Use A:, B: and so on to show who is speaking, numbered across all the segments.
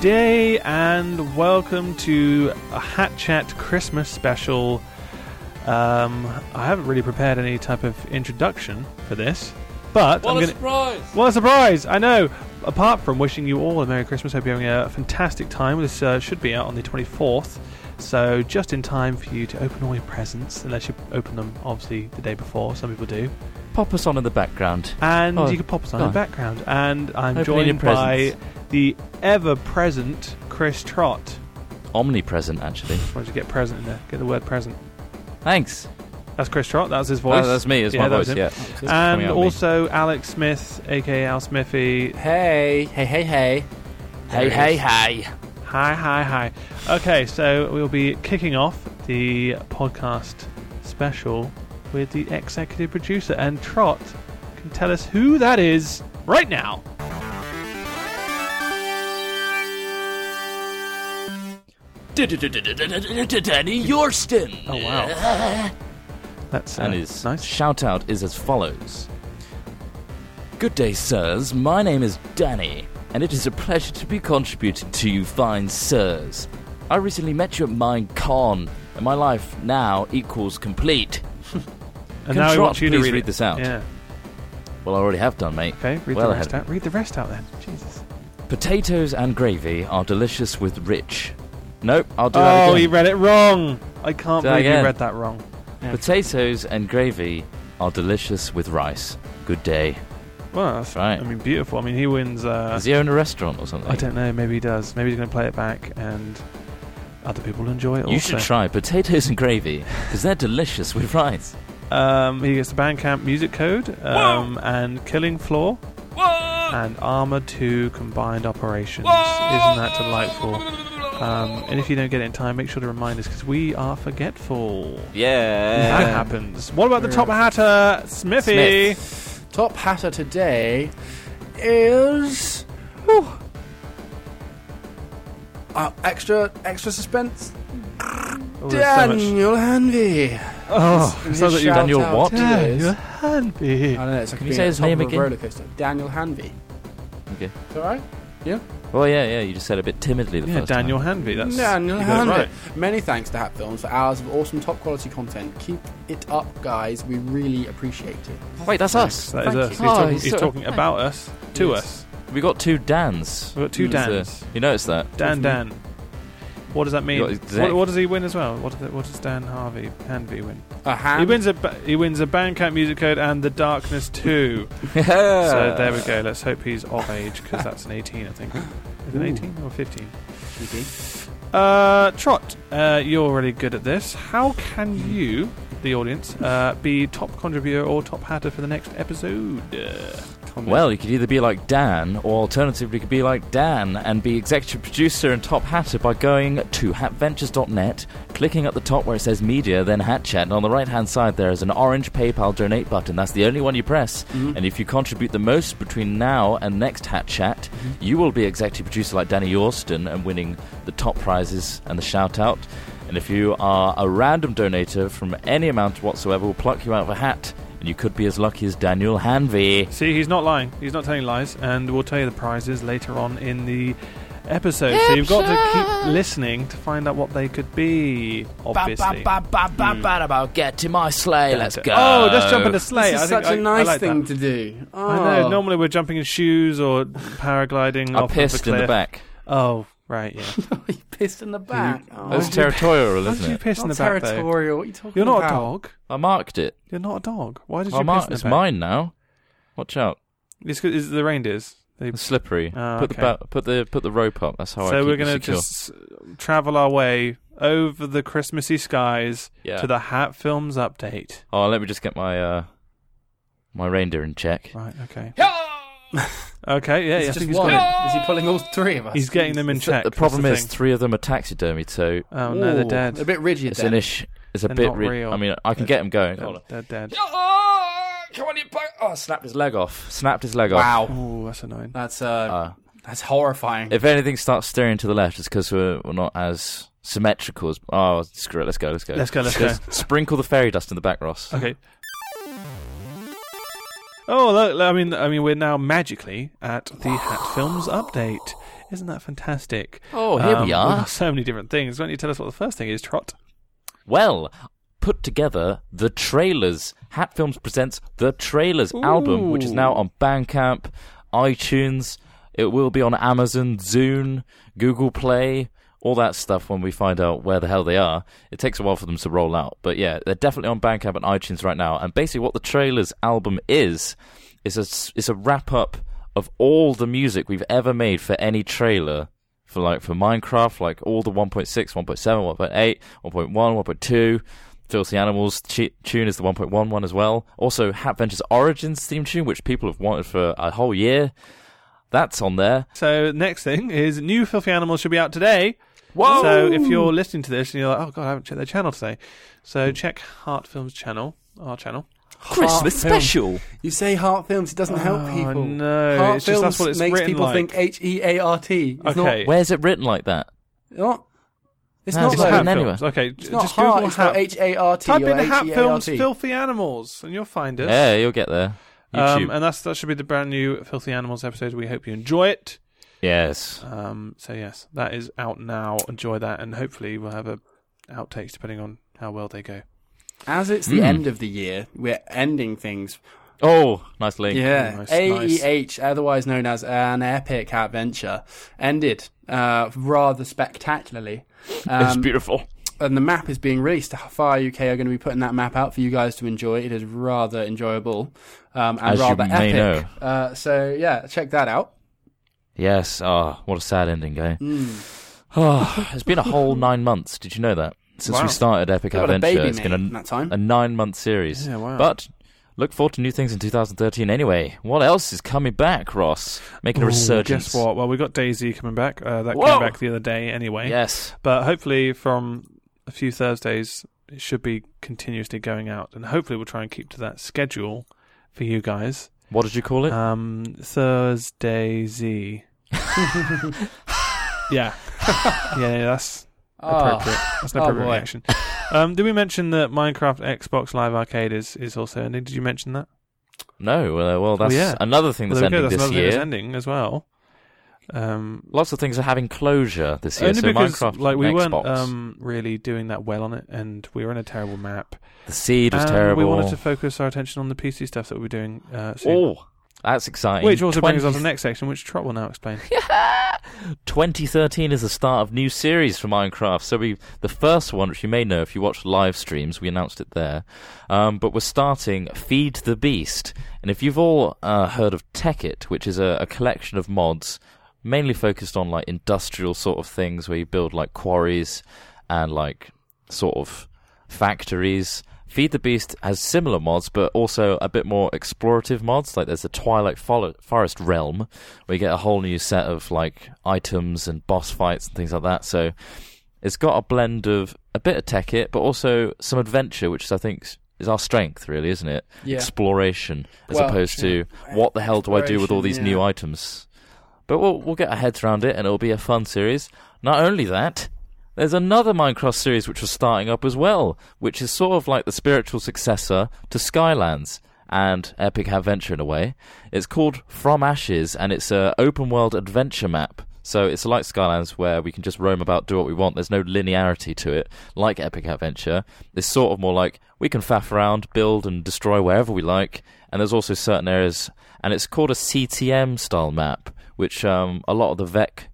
A: day, and welcome to a Hat Chat Christmas special. Um, I haven't really prepared any type of introduction for this, but
B: What
A: I'm
B: a
A: gonna.
B: surprise!
A: What a surprise! I know. Apart from wishing you all a Merry Christmas, hope you're having a fantastic time. This uh, should be out on the 24th, so just in time for you to open all your presents, unless you open them obviously the day before. Some people do,
B: Pop us on in the background.
A: and
B: Oh,
A: you can pop us on in
B: no.
A: the background. And I'm
B: Opening your
A: joined by
B: presents.
A: the ever-present Chris Trot.
B: Omnipresent, actually.
A: Why don't you get present in there? Get the word present.
B: Thanks.
A: That's Chris Trot. That's his voice.
B: Oh, that's me. It's
A: Yeah,
B: my
A: that was
B: voice.
A: him.
B: Yeah. Coming
A: And
B: out of me.
A: also Alex Smith, aka Al Smithy,
C: Hey, hey, hey, hey.
A: Hey, hey,
C: hey.
A: Hi, hi, hi. Okay, so we'll be kicking off the podcast special with the executive producer, and Trot can tell us who that is right now.
C: Danny Yorston.
A: Oh, wow. That's uh,
B: and his
A: nice.
B: shout out is as follows Good day, sirs. My name is Danny, and it is a pleasure to be contributing to you, fine sirs. I recently met you at Mine Con, and my life now equals complete.
A: And now I want
B: Trot
A: you to
B: please
A: read,
B: read
A: it.
B: this out?
A: Yeah.
B: Well, I already have done, mate.
A: Okay, read
B: Well
A: the rest
B: ahead.
A: out. Read the rest out then. Jesus.
B: Potatoes and gravy are delicious with rich. Nope, I'll do that
A: Oh,
B: again.
A: you read it wrong. I can't
B: Do that
A: believe you
B: again.
A: read that wrong.
B: Potatoes and gravy are delicious with rice. Good day.
A: Well, that's
B: Right.
A: I mean, beautiful. I mean, he wins. Uh,
B: Does he own a restaurant or something?
A: I don't know. Maybe he does. Maybe he's going to play it back, and other people enjoy it.
B: You
A: also.
B: should try potatoes and gravy because they're delicious with rice.
A: Um, he gets the Bandcamp music code um, and Killing Floor and Armor 2 combined operations. Isn't that delightful? Um, and if you don't get it in time, make sure to remind us because we are forgetful.
B: Yeah.
A: That happens. What about the top hatter, Smithy?
C: Top hatter today is. Whew. Uh, extra, extra suspense.
A: Oh, there's so much-
C: Daniel Hanvey.
A: Oh,
C: And
A: so that
C: his
A: you-
C: shout
B: Daniel
C: out
B: what?
C: is-
A: Daniel Hanby.
C: I don't know. It's like
B: Can you
C: being
B: say
C: at the
B: his
C: top
B: name
C: of a
B: again?
C: roller coaster. Daniel Hanvey.
B: Okay.
C: Is that right?
B: Well, yeah, yeah. You just said a bit timidly the
A: Yeah,
B: first
A: Daniel
B: time.
A: Hanby. That's
C: Daniel
A: you got it
C: Hanvey.
A: right.
C: Many thanks to Hat Films for hours of awesome, top quality content. Keep it up, guys. We really appreciate it.
B: Wait, that's us.
A: That is us.
C: Thank you.
A: He's,
B: Oh,
A: talking,
B: he's
A: he's
B: sort of-
A: talking about us to
C: Yes.
A: us.
B: We got two Dans.
A: We've got two
B: That's, uh,
A: Dans.
B: you noticed that?
A: Dan Dan. What does that mean?
B: You got exact-
A: What, what does he win as well? What, does- what does Dan Harvey Hanvey win?
C: A
A: He
C: hand.
A: wins a ba- he wins a Bandcamp music code and the Darkness Two. so there we go. Let's hope he's of age because that's an eighteen, I think. Is it
C: Ooh.
A: eighteen or fifteen?
C: Cheeky.
A: Uh, Trot, uh, you're really good at this. How can you, the audience, uh, be top contributor or top hatter for the next episode? Uh,
B: Well, you could either be like Dan, or alternatively, you could be like Dan and be executive producer and top hatter by going to hatventures.net, clicking at the top where it says media, then hat chat, and on the right hand side there is an orange PayPal donate button. That's the only one you press. And if you contribute the most between now and next hat chat, you will be executive producer like Danny Yorston and winning the top prizes and the shout out. And if you are a random donator from any amount whatsoever, we'll pluck you out of a hat. And you could be as lucky as Daniel Hanvey.
A: See, he's not lying. He's not telling lies, and we'll tell you the prizes later on in the episode. So you've got to keep listening to find out what they could be. Obviously.
B: Hmm. Get to my sleigh, let's go.
A: Oh, let's jump in the sleigh.
C: This
A: I
C: is
A: think
C: such
A: I-
C: a nice
A: I like
C: thing
A: That.
C: to do. Oh.
A: I know. Normally we're jumping in shoes or paragliding.
B: I
A: off of the
B: pissed in the
A: cliff.
B: back.
A: Oh, right, yeah.
C: you pissed in the back. Oh.
B: That was territorial,
A: How did
B: isn't
A: you
B: it?
A: piss in the
C: Not
A: back? Though?
C: territorial. What are you talking
A: You're not
C: about?
A: a dog.
B: I marked it.
A: You're not a dog. Why did you
B: I
A: piss
B: marked.
A: in the
B: It's
A: back?
B: mine now. Watch out.
A: It's, 'cause it's the reindeers. They-
B: It's slippery.
A: Ah,
B: put the
A: okay.
B: ba- put the put the rope up. That's how I
A: so
B: keep
A: we're
B: it
A: gonna
B: secure.
A: just uh, travel our way over the Christmassy skies
B: Yeah.
A: to the Hat Films update.
B: Oh, let me just get my uh my reindeer in check.
A: Right. Okay. Okay. Yeah.
C: Is
A: yeah,
C: it
A: I
C: just
A: think he's
C: one?
A: got it.
C: Is he pulling all three of us?
A: He's getting them in
B: So
A: check.
B: the
A: that's
B: problem is
A: thing.
B: three of them are taxidermied, so
A: oh no, they're
C: Ooh,
A: dead.
C: A bit rigid.
B: it's
C: then.
B: an ish. It's a
A: They're
B: bit.
A: not
B: ri-
A: real.
B: I mean, I can get him going.
A: They're,
B: Hold on.
A: they're dead.
B: Come on, you bug! Oh, snapped his leg off. Snapped his leg off.
C: Wow,
A: Oh, that's annoying.
C: that's uh,
B: Uh,
C: that's horrifying.
B: If anything starts steering to the left, it's because we're, we're not as symmetrical as. Oh, screw it. Let's go. Let's go.
A: Let's go, let's
B: Just Sprinkle the fairy dust in the back, Ross.
A: Okay. Oh, look, I mean, I mean, we're now magically at the Hat Films update. Isn't that fantastic?
B: Oh, here
A: Um,
B: we are.
A: got so many different things. Why don't you tell us what the first thing is, Trot?
B: Well, put together the trailers. Hat Films presents the trailers album, which is now on Bandcamp, iTunes. It will be on Amazon, Zune, Google Play, all that stuff when we find out where the hell they are. It takes a while for them to roll out, but yeah, they're definitely on Bandcamp and iTunes right now. And basically, what the trailers album is is a s- is a wrap up of all the music we've ever made for any trailer for like for Minecraft, like all the 1.6, 1.7, 1.8, 1.1, 1.2. Filthy Animals t- tune is the 1.1 one as well. Also, Hat Ventures Origins theme tune, which people have wanted for a whole year. That's on there.
A: So next thing is new filthy animals should be out today. So if you're listening to this and you're like, oh god, I haven't checked their channel today, so check Heart Films channel, our channel.
B: Christmas
C: Film.
B: special.
C: You say heart films, it doesn't help
A: Oh,
C: people.
A: no,
C: heart
A: it's just
C: films
A: that's what it's
C: makes
A: written
C: people
A: like.
C: think H E A R T. It's
A: okay,
B: Where's it written like that?
C: not. Not. It's
B: No,
C: not
A: it's
B: not
C: though.
A: Hat
B: written
A: Films. Okay,
C: It's
A: j-
C: not
A: just
C: heart.
A: Google
C: It's not
A: Hat.
C: H A R T.
A: Type in
C: or E
A: Hat Films
C: H-E-A-R-T.
A: filthy animals and you'll find us.
B: Yeah, you'll get there. YouTube.
A: Um, and that's that should be the brand new filthy animals episode. We hope you enjoy it.
B: yes.
A: Um, so yes, that is out now. Enjoy that, and hopefully we'll have a outtakes depending on how well they go.
C: As it's the
B: Hmm.
C: end of the year, we're ending things.
B: Oh, nice link.
C: Yeah,
A: Nice,
C: AEH, otherwise known as an epic adventure, ended uh, rather spectacularly.
B: it's
C: Um,
B: beautiful.
C: and the map is being released. Fire UK are going to be putting that map out for you guys to enjoy. It is rather enjoyable um, and
B: As you
C: rather
B: may
C: epic. Uh, so yeah, check that out.
B: Yes. Oh, what a sad ending, eh?
C: Hmm.
B: Oh, it's been a whole nine months. Did you know that? Since
A: Wow.
B: we started Epic
C: They've got a
B: Adventure,
C: baby
B: it's
C: made
B: been
C: in
B: a,
C: that time.
B: a nine month series.
A: Yeah, wow.
B: But look forward to new things in 2013 anyway. What else is coming back, Ross? Making a
A: Ooh,
B: resurgence.
A: Guess what? Well, we got Daisy coming back. Uh, that
B: Whoa!
A: came back the other day anyway.
B: Yes.
A: But hopefully, from a few Thursdays, it should be continuously going out. And hopefully, we'll try and keep to that schedule for you guys.
B: What did you call it?
A: Um, Thursday Z. yeah. yeah, yeah, that's
B: Ah.
C: Oh,
A: appropriate. That's an appropriate
C: boy.
A: reaction. Um, did we mention that Minecraft Xbox Live Arcade is, is also ending? Did you mention that?
B: no. Uh, well, that's
A: Oh, yeah.
B: another thing
A: Well,
B: that's
A: there we
B: ending
A: go. That's
B: this
A: another thing that's
B: year.
A: ending as well. Um,
B: Lots of things are having closure this year.
A: only
B: so
A: because
B: Minecraft,
A: like we
B: and
A: weren't
B: Xbox.
A: um, really doing that well on it, and we were in a terrible map.
B: the seed was
A: and
B: terrible.
A: We wanted to focus our attention on the PC stuff that we'll be doing uh, soon.
B: oh, that's exciting.
A: which also brings us on to
B: 20
A: the next section, which Trot will now explain.
B: 2013 is the start of new series for Minecraft. So we, the first one, which you may know if you watch live streams, we announced it there. Um, but we're starting Feed the Beast, and if you've all uh, heard of Tekkit, which is a, a collection of mods mainly focused on like industrial sort of things where you build like quarries and like sort of factories. Feed the Beast has similar mods, but also a bit more explorative mods. Like there's a Twilight Follow- Forest realm where you get a whole new set of like items and boss fights and things like that. So it's got a blend of a bit of tech it, but also some adventure, which is, I think s- is our strength, really, isn't it?
C: Yeah.
B: Exploration as
C: Well,
B: opposed to what the hell do I do with all these
C: Exploration,
B: new
C: yeah.
B: items. But we'll we'll get our heads around it, and it'll be a fun series. Not only that, there's another Minecraft series which was starting up as well, which is sort of like the spiritual successor to Skylands and Epic Adventure in a way. It's called From Ashes, and it's a open world adventure map. So it's like Skylands where we can just roam about, do what we want. There's no linearity to it, like Epic Adventure. It's sort of more like we can faff around, build and destroy wherever we like. And there's also certain areas, and it's called a CTM style map, which um, a lot of the VEC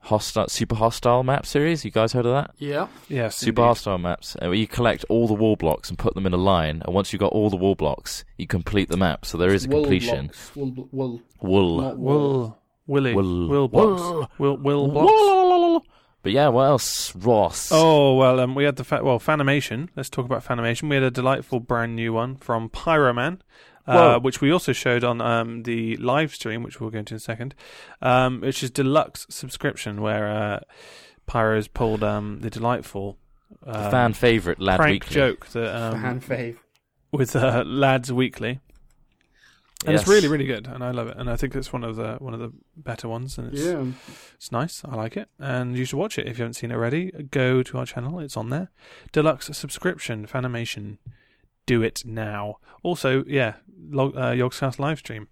B: hostile, super hostile map series. You guys heard of that?
C: yeah.
A: Yes,
B: Super hostile maps, uh, where you collect all the wall blocks and put them in a line, and once you've got all the wall blocks, you complete the map. So there is a
C: Wool
B: completion.
C: blocks. Wool, bl- wool,
B: Wool.
C: not wool.
A: Will Willie
B: Will-
A: Will blocks Will Will blocks.
B: Wool. But yeah, what else? Ross.
A: Oh well, um, we had the fa- well Fanimation. Let's talk about Fanimation. We had a delightful brand new one from Pyroman, uh,
B: Whoa.
A: which we also showed on um, the live stream, which we'll go into in a second, um, which is deluxe subscription where uh, Pyro's pulled um, the delightful
B: The
A: uh,
B: fan favourite, Lad
A: prank
B: Weekly.
A: joke that um,
C: Fan fave.
A: with uh, Lads Weekly, and
B: Yes.
A: it's really really good, and I love it, and I think it's one of the one of the better ones, and it's
C: Yeah.
A: it's nice. I like it. And you should watch it if you haven't seen it already. Go to our channel. It's on there. Deluxe subscription, Fanimation. Do it now. Also, yeah, log, uh, Yogscast live stream.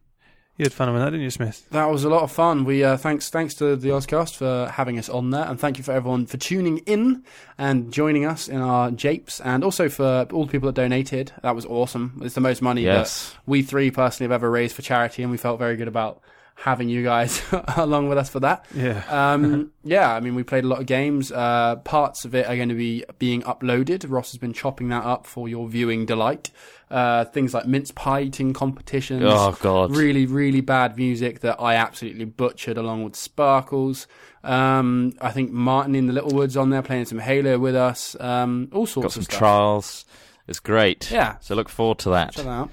A: You had fun with that, didn't you, Smith?
C: That was a lot of fun. We uh, thanks thanks to the Ozcast for having us on there, and thank you for everyone for tuning in and joining us in our japes, and also for all the people that donated. That was awesome. It's the most money
A: uh,
B: Yes.
C: that we three personally have ever raised for charity, and we felt very good about having you guys along with us for that.
A: Yeah.
C: Um, yeah, I mean, we played a lot of games. Uh, parts of it are going to be being uploaded. Ross has been chopping that up for your viewing delight. Uh, things like mince pie eating competitions.
B: Oh, God.
C: Really, really bad music that I absolutely butchered along with Sparkles. Um, I think Martin in the Little Woods on there playing some Halo with us. Um, all sorts
B: Got
C: of
B: some
C: stuff.
B: trials. It's great.
C: Yeah.
B: So look forward to that.
C: Check that out.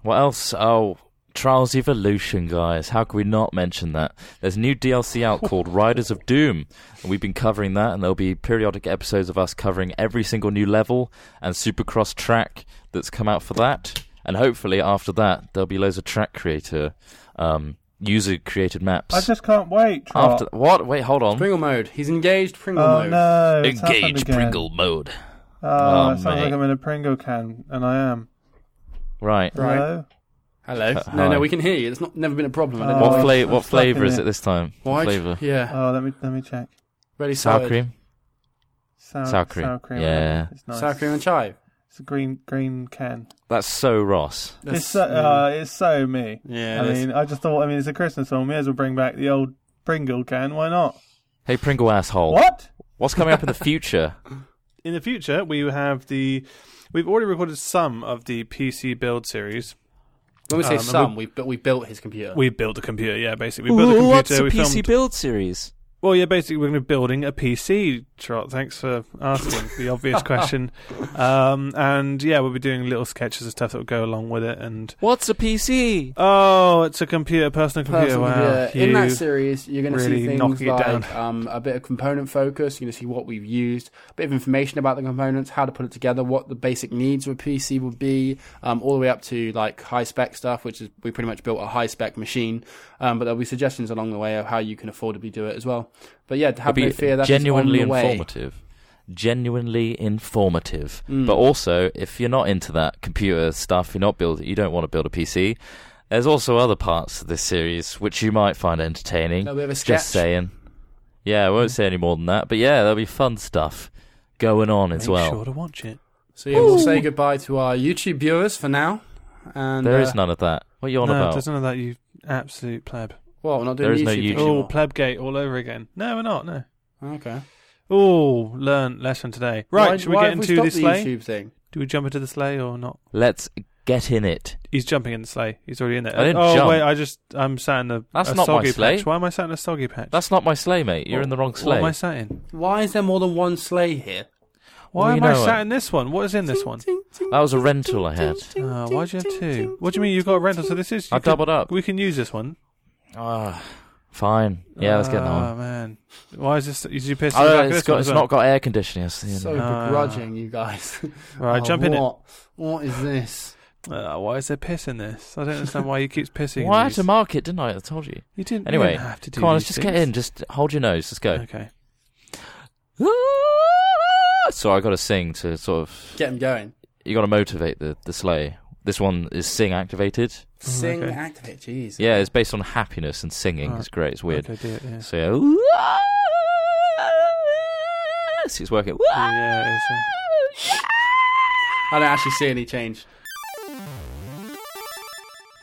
B: What else? Oh, Trials Evolution, guys. How could we not mention that? There's new DLC out called Riders of Doom, and we've been covering that, and there'll be periodic episodes of us covering every single new level and Supercross track that's come out for that. And hopefully, after that, there'll be loads of track creator, um, user created maps.
D: I just can't wait. Trot.
B: after what? Wait, hold on.
C: Pringle mode. He's engaged. Pringle
D: oh
C: mode.
D: no! it's happened
B: Engage
D: again.
B: Pringle mode.
D: Oh,
B: Oh,
D: it sounds like
B: mate.
D: I'm in a Pringle can, and I am.
B: Right.
C: Right.
D: Hello?
C: Hello.
B: Uh,
C: no,
B: hi.
C: no, we can hear you. It's not never been a problem. I don't
D: Oh,
B: What
D: I'm-
C: know
B: flavor?
D: I'm
B: What
D: stuck
B: flavor
D: in
B: is
D: it.
B: it this time?
C: why.
B: What flavor?
C: Yeah.
D: Oh, let me let me check.
C: really
B: Sour
C: solid.
B: cream.
D: Sour,
B: Sour cream.
D: Sour cream.
B: Yeah.
D: It's nice.
C: Sour cream and chive.
D: It's a green green can.
B: That's so Ross.
D: It's so, uh, it's so me.
C: yeah,
D: I
C: it is.
D: mean, I just thought. I mean, it's a Christmas film. May as well bring back the old Pringle can. Why not?
B: Hey, Pringle asshole.
D: What?
B: What's coming up in the future?
A: In the future, we have the. We've already recorded some of the PC build series.
C: when we say
D: uh,
A: um, and
C: some, we, bu- we built his computer.
A: We built a computer, yeah. Basically, we built a computer. we filmed-
B: build series?
A: Well, yeah, basically, we're going to be building a PC, Trot. Thanks for asking the obvious question. Um, and yeah, we'll be doing little sketches and stuff that will go along with it. And
B: What's a PC?
A: oh, it's a computer, personal computer.
C: Personal
A: wow,
C: computer. In that
A: you-
C: series, you're going to
A: really
C: see things
A: knocking it
C: like
A: down.
C: um, a bit of component focus. You're going to see what we've used, a bit of information about the components, how to put it together, what the basic needs of a PC would be, um, all the way up to like high spec stuff, which is we pretty much built a high spec machine. Um, but there'll be suggestions along the way of how you can affordably do it as well. But yeah, have no fear. That's
B: genuinely
C: on the way.
B: informative. Genuinely informative.
C: Hmm. Mm.
B: But also, if you're not into that computer stuff, you're not build, you don't want to build a PC. There's also other parts of this series which you might find entertaining.
C: There'll be a sketch. Hmm.
B: Just saying. Yeah, I won't say any more than that. But yeah, there'll be fun stuff going on as
A: Make
B: well.
A: sure to watch it.
C: So yeah, we'll say goodbye to our YouTube viewers for now. And
B: There is
C: uh,
B: none of that. What are you on
A: no,
B: about?
A: there's none of that. You absolute pleb.
C: well, we're not doing
B: there is no
C: YouTube.
B: YouTube.
A: Oh,
C: anymore.
A: plebgate all over again. No, we're not. No.
C: okay.
A: Oh, learn lesson today. Right,
C: Why-
A: should we
C: why
A: get
C: have
A: into
C: stopped
A: the sleigh?
C: YouTube thing?
A: Do we jump into the sleigh or not?
B: Let's get in it.
A: He's jumping in the sleigh. He's already in there.
B: I didn't
A: oh
B: jump.
A: wait, I just I'm sat in a,
B: That's
A: a
B: not my
A: soggy
B: sleigh.
A: patch. Why am I sat in a soggy patch?
B: That's not my sleigh, mate. You're in the wrong
A: What
B: sleigh.
A: am I sat in?
C: Why is there more than one sleigh here?
A: Why
B: Well, you
A: am I
B: know
A: sat
B: it.
A: in this one? What is in this one?
B: That was a rental I had.
A: Uh, why do you have two? What do you mean you've got a rental? So this is you
B: I
A: could-
B: doubled up.
A: We can use this one.
B: Ah, fine. Yeah, let's get that
A: Oh
B: one.
A: man, why is this? Is you pissed?
B: Oh,
A: in the back
B: no,
A: of
B: it's
A: this
B: got,
A: one
B: it's
A: as
B: not got air conditioning. It's, you
C: So
B: know.
A: Ah.
C: begrudging, you guys.
A: well? Right,
C: Oh,
A: jump in it.
C: what? What is this?
A: Uh, why is there piss in this? I don't understand why he keeps pissing. in
B: Well, I had
A: these.
B: to mark it, didn't I? I told you.
A: You didn't. you
B: Anyway,
A: didn't have to do
B: Come on, let's
A: these
B: just get
A: things.
B: in. Just hold your nose. Let's go.
A: Okay.
B: So I got to sing to sort of.
C: Get him going.
A: Oh,
B: You got to motivate the the sleigh. This one is sing activated.
C: Sing,
A: okay.
C: activate. Jeez.
B: Yeah, it's based on happiness and singing. It's great. It's weird.
A: Okay, do it. Yeah.
B: So yeah. See, it's working.
A: Yeah, it's, uh,
C: I don't actually see any change.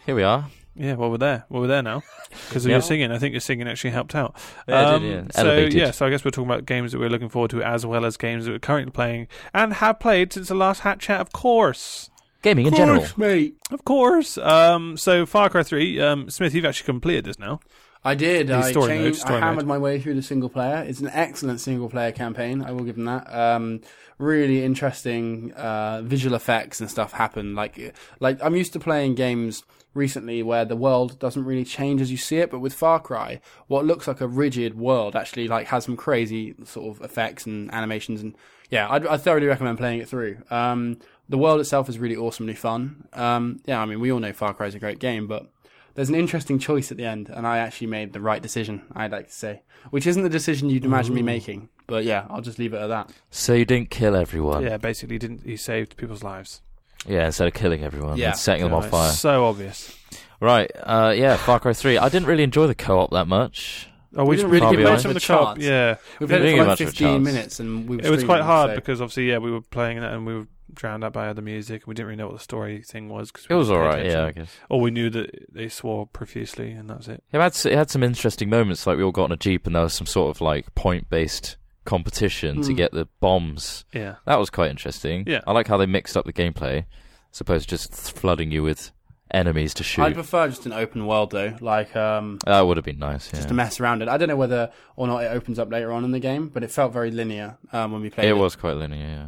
B: Here we are.
A: Yeah, well, we're there. Well, we're there now because of
B: Yeah.
A: your singing. I think your singing actually helped out. Um,
B: Yeah, it did, yeah.
A: So
B: Elevated.
A: yeah, so I guess we're talking about games that we're looking forward to, as well as games that we're currently playing and have played since the last Hat Chat, of course,
B: Gaming in general.
C: mate.
A: of course. Um, so Far Cry Three, um, Smith, you've actually completed this now.
C: I did.
A: He's
C: I,
A: story
C: changed,
A: mode, story
C: I
A: mode.
C: hammered my way through the single player. It's an excellent single player campaign. I will give them that. Um, really interesting uh, visual effects and stuff happen. Like, like I'm used to playing games recently where the world doesn't really change as you see it, but with Far Cry, what looks like a rigid world actually like has some crazy sort of effects and animations. And yeah, I'd, I thoroughly recommend playing it through. Um, the world itself is really awesomely fun. Um, yeah, I mean, we all know Far Cry is a great game, but there's an interesting choice at the end, and I actually made the right decision, I'd like to say. Which isn't the decision you'd imagine me making, but yeah, I'll just leave it at that.
B: So you didn't kill everyone.
A: Yeah, basically, didn't he saved people's lives?
B: Yeah, instead of killing everyone
C: Yeah.
B: and setting them
A: So
B: on
A: it's
B: fire.
A: So obvious.
B: Right. Uh, yeah, Far Cry 3. I didn't really enjoy the co-op that much.
A: Oh,
C: We
A: we
C: didn't
A: really
B: really
A: played
B: give
A: much
B: much
A: of
C: of
A: the
C: a
A: chop.
C: chance.
A: Yeah,
C: We played
B: Didn't
C: it
B: give
C: for like
B: much of a
C: 15
B: chance.
C: minutes and we were
A: it was quite
C: streaming,
A: hard
C: so-
A: because obviously, yeah, we were playing that and we were drowned out by other music. We didn't really know what the story thing was. Cause
B: It
A: we
B: was
A: didn't pay
B: alright, yeah, I
A: attention.
B: guess.
A: All we knew that they swore profusely, and that's it.
B: It had, s- it had some interesting moments, like we all got on a Jeep and there was some sort of like point based competition to
C: Hmm.
B: get the bombs.
A: Yeah,
B: That was quite interesting.
A: Yeah.
B: I like how they mixed up the gameplay, as opposed to just flooding you with enemies to
C: I'd
B: shoot.
C: prefer just an open world though, like um,
B: that would have been nice.
C: just
B: yeah.
C: to mess around it. I don't know whether or not it opens up later on in the game, but it felt very linear um, when we played it.
B: It was quite linear, yeah.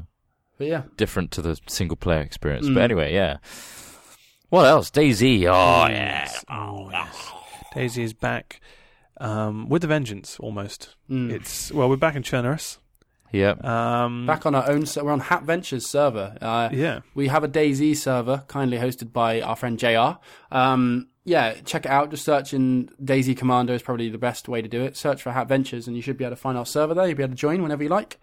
C: But yeah,
B: Different to the single player experience.
C: Mm.
B: But anyway, yeah. What else? Daisy. Oh, yeah.
A: Yes. Oh, yes. Daisy is back um, with a vengeance, almost.
C: Mm.
A: It's well, we're back in Chernarus.
B: Yep.
A: Um,
C: back on our own. ser- We're on Hat Ventures server. Uh,
A: yeah,
C: We have a DayZ server, kindly hosted by our friend JR. Um, yeah, check it out. Just search in DayZ Commando is probably the best way to do it. Search for Hat Ventures, and you should be able to find our server there. You'll be able to join whenever you like.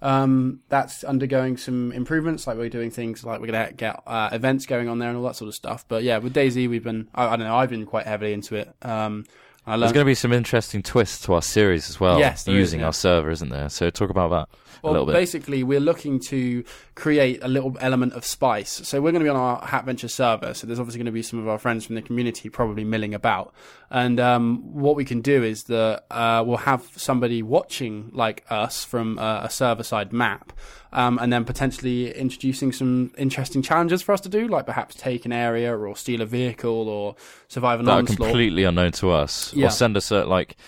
C: Um, that's undergoing some improvements, like we're doing things like we're gonna get uh, events going on there and all that sort of stuff. But yeah, with DayZ, we've been I, I don't know, I've been quite heavily into it. Um, I
B: There's
C: learned
B: going to be some interesting twists to our series as well.
C: Yes, there is,
B: using
C: yeah.
B: our server, isn't there? So talk about that a
C: Well,
B: little bit.
C: basically, we're looking to create a little element of spice. So we're going to be on our Hat Venture server. So there's obviously going to be some of our friends from the community probably milling about. And um, what we can do is that uh, we'll have somebody watching like us from uh, a server side map. Um, and then potentially introducing some interesting challenges for us to do, like perhaps take an area or steal a vehicle or survive an
B: that are
C: onslaught.
B: completely unknown to us.
C: Yeah.
B: Or send us a, like,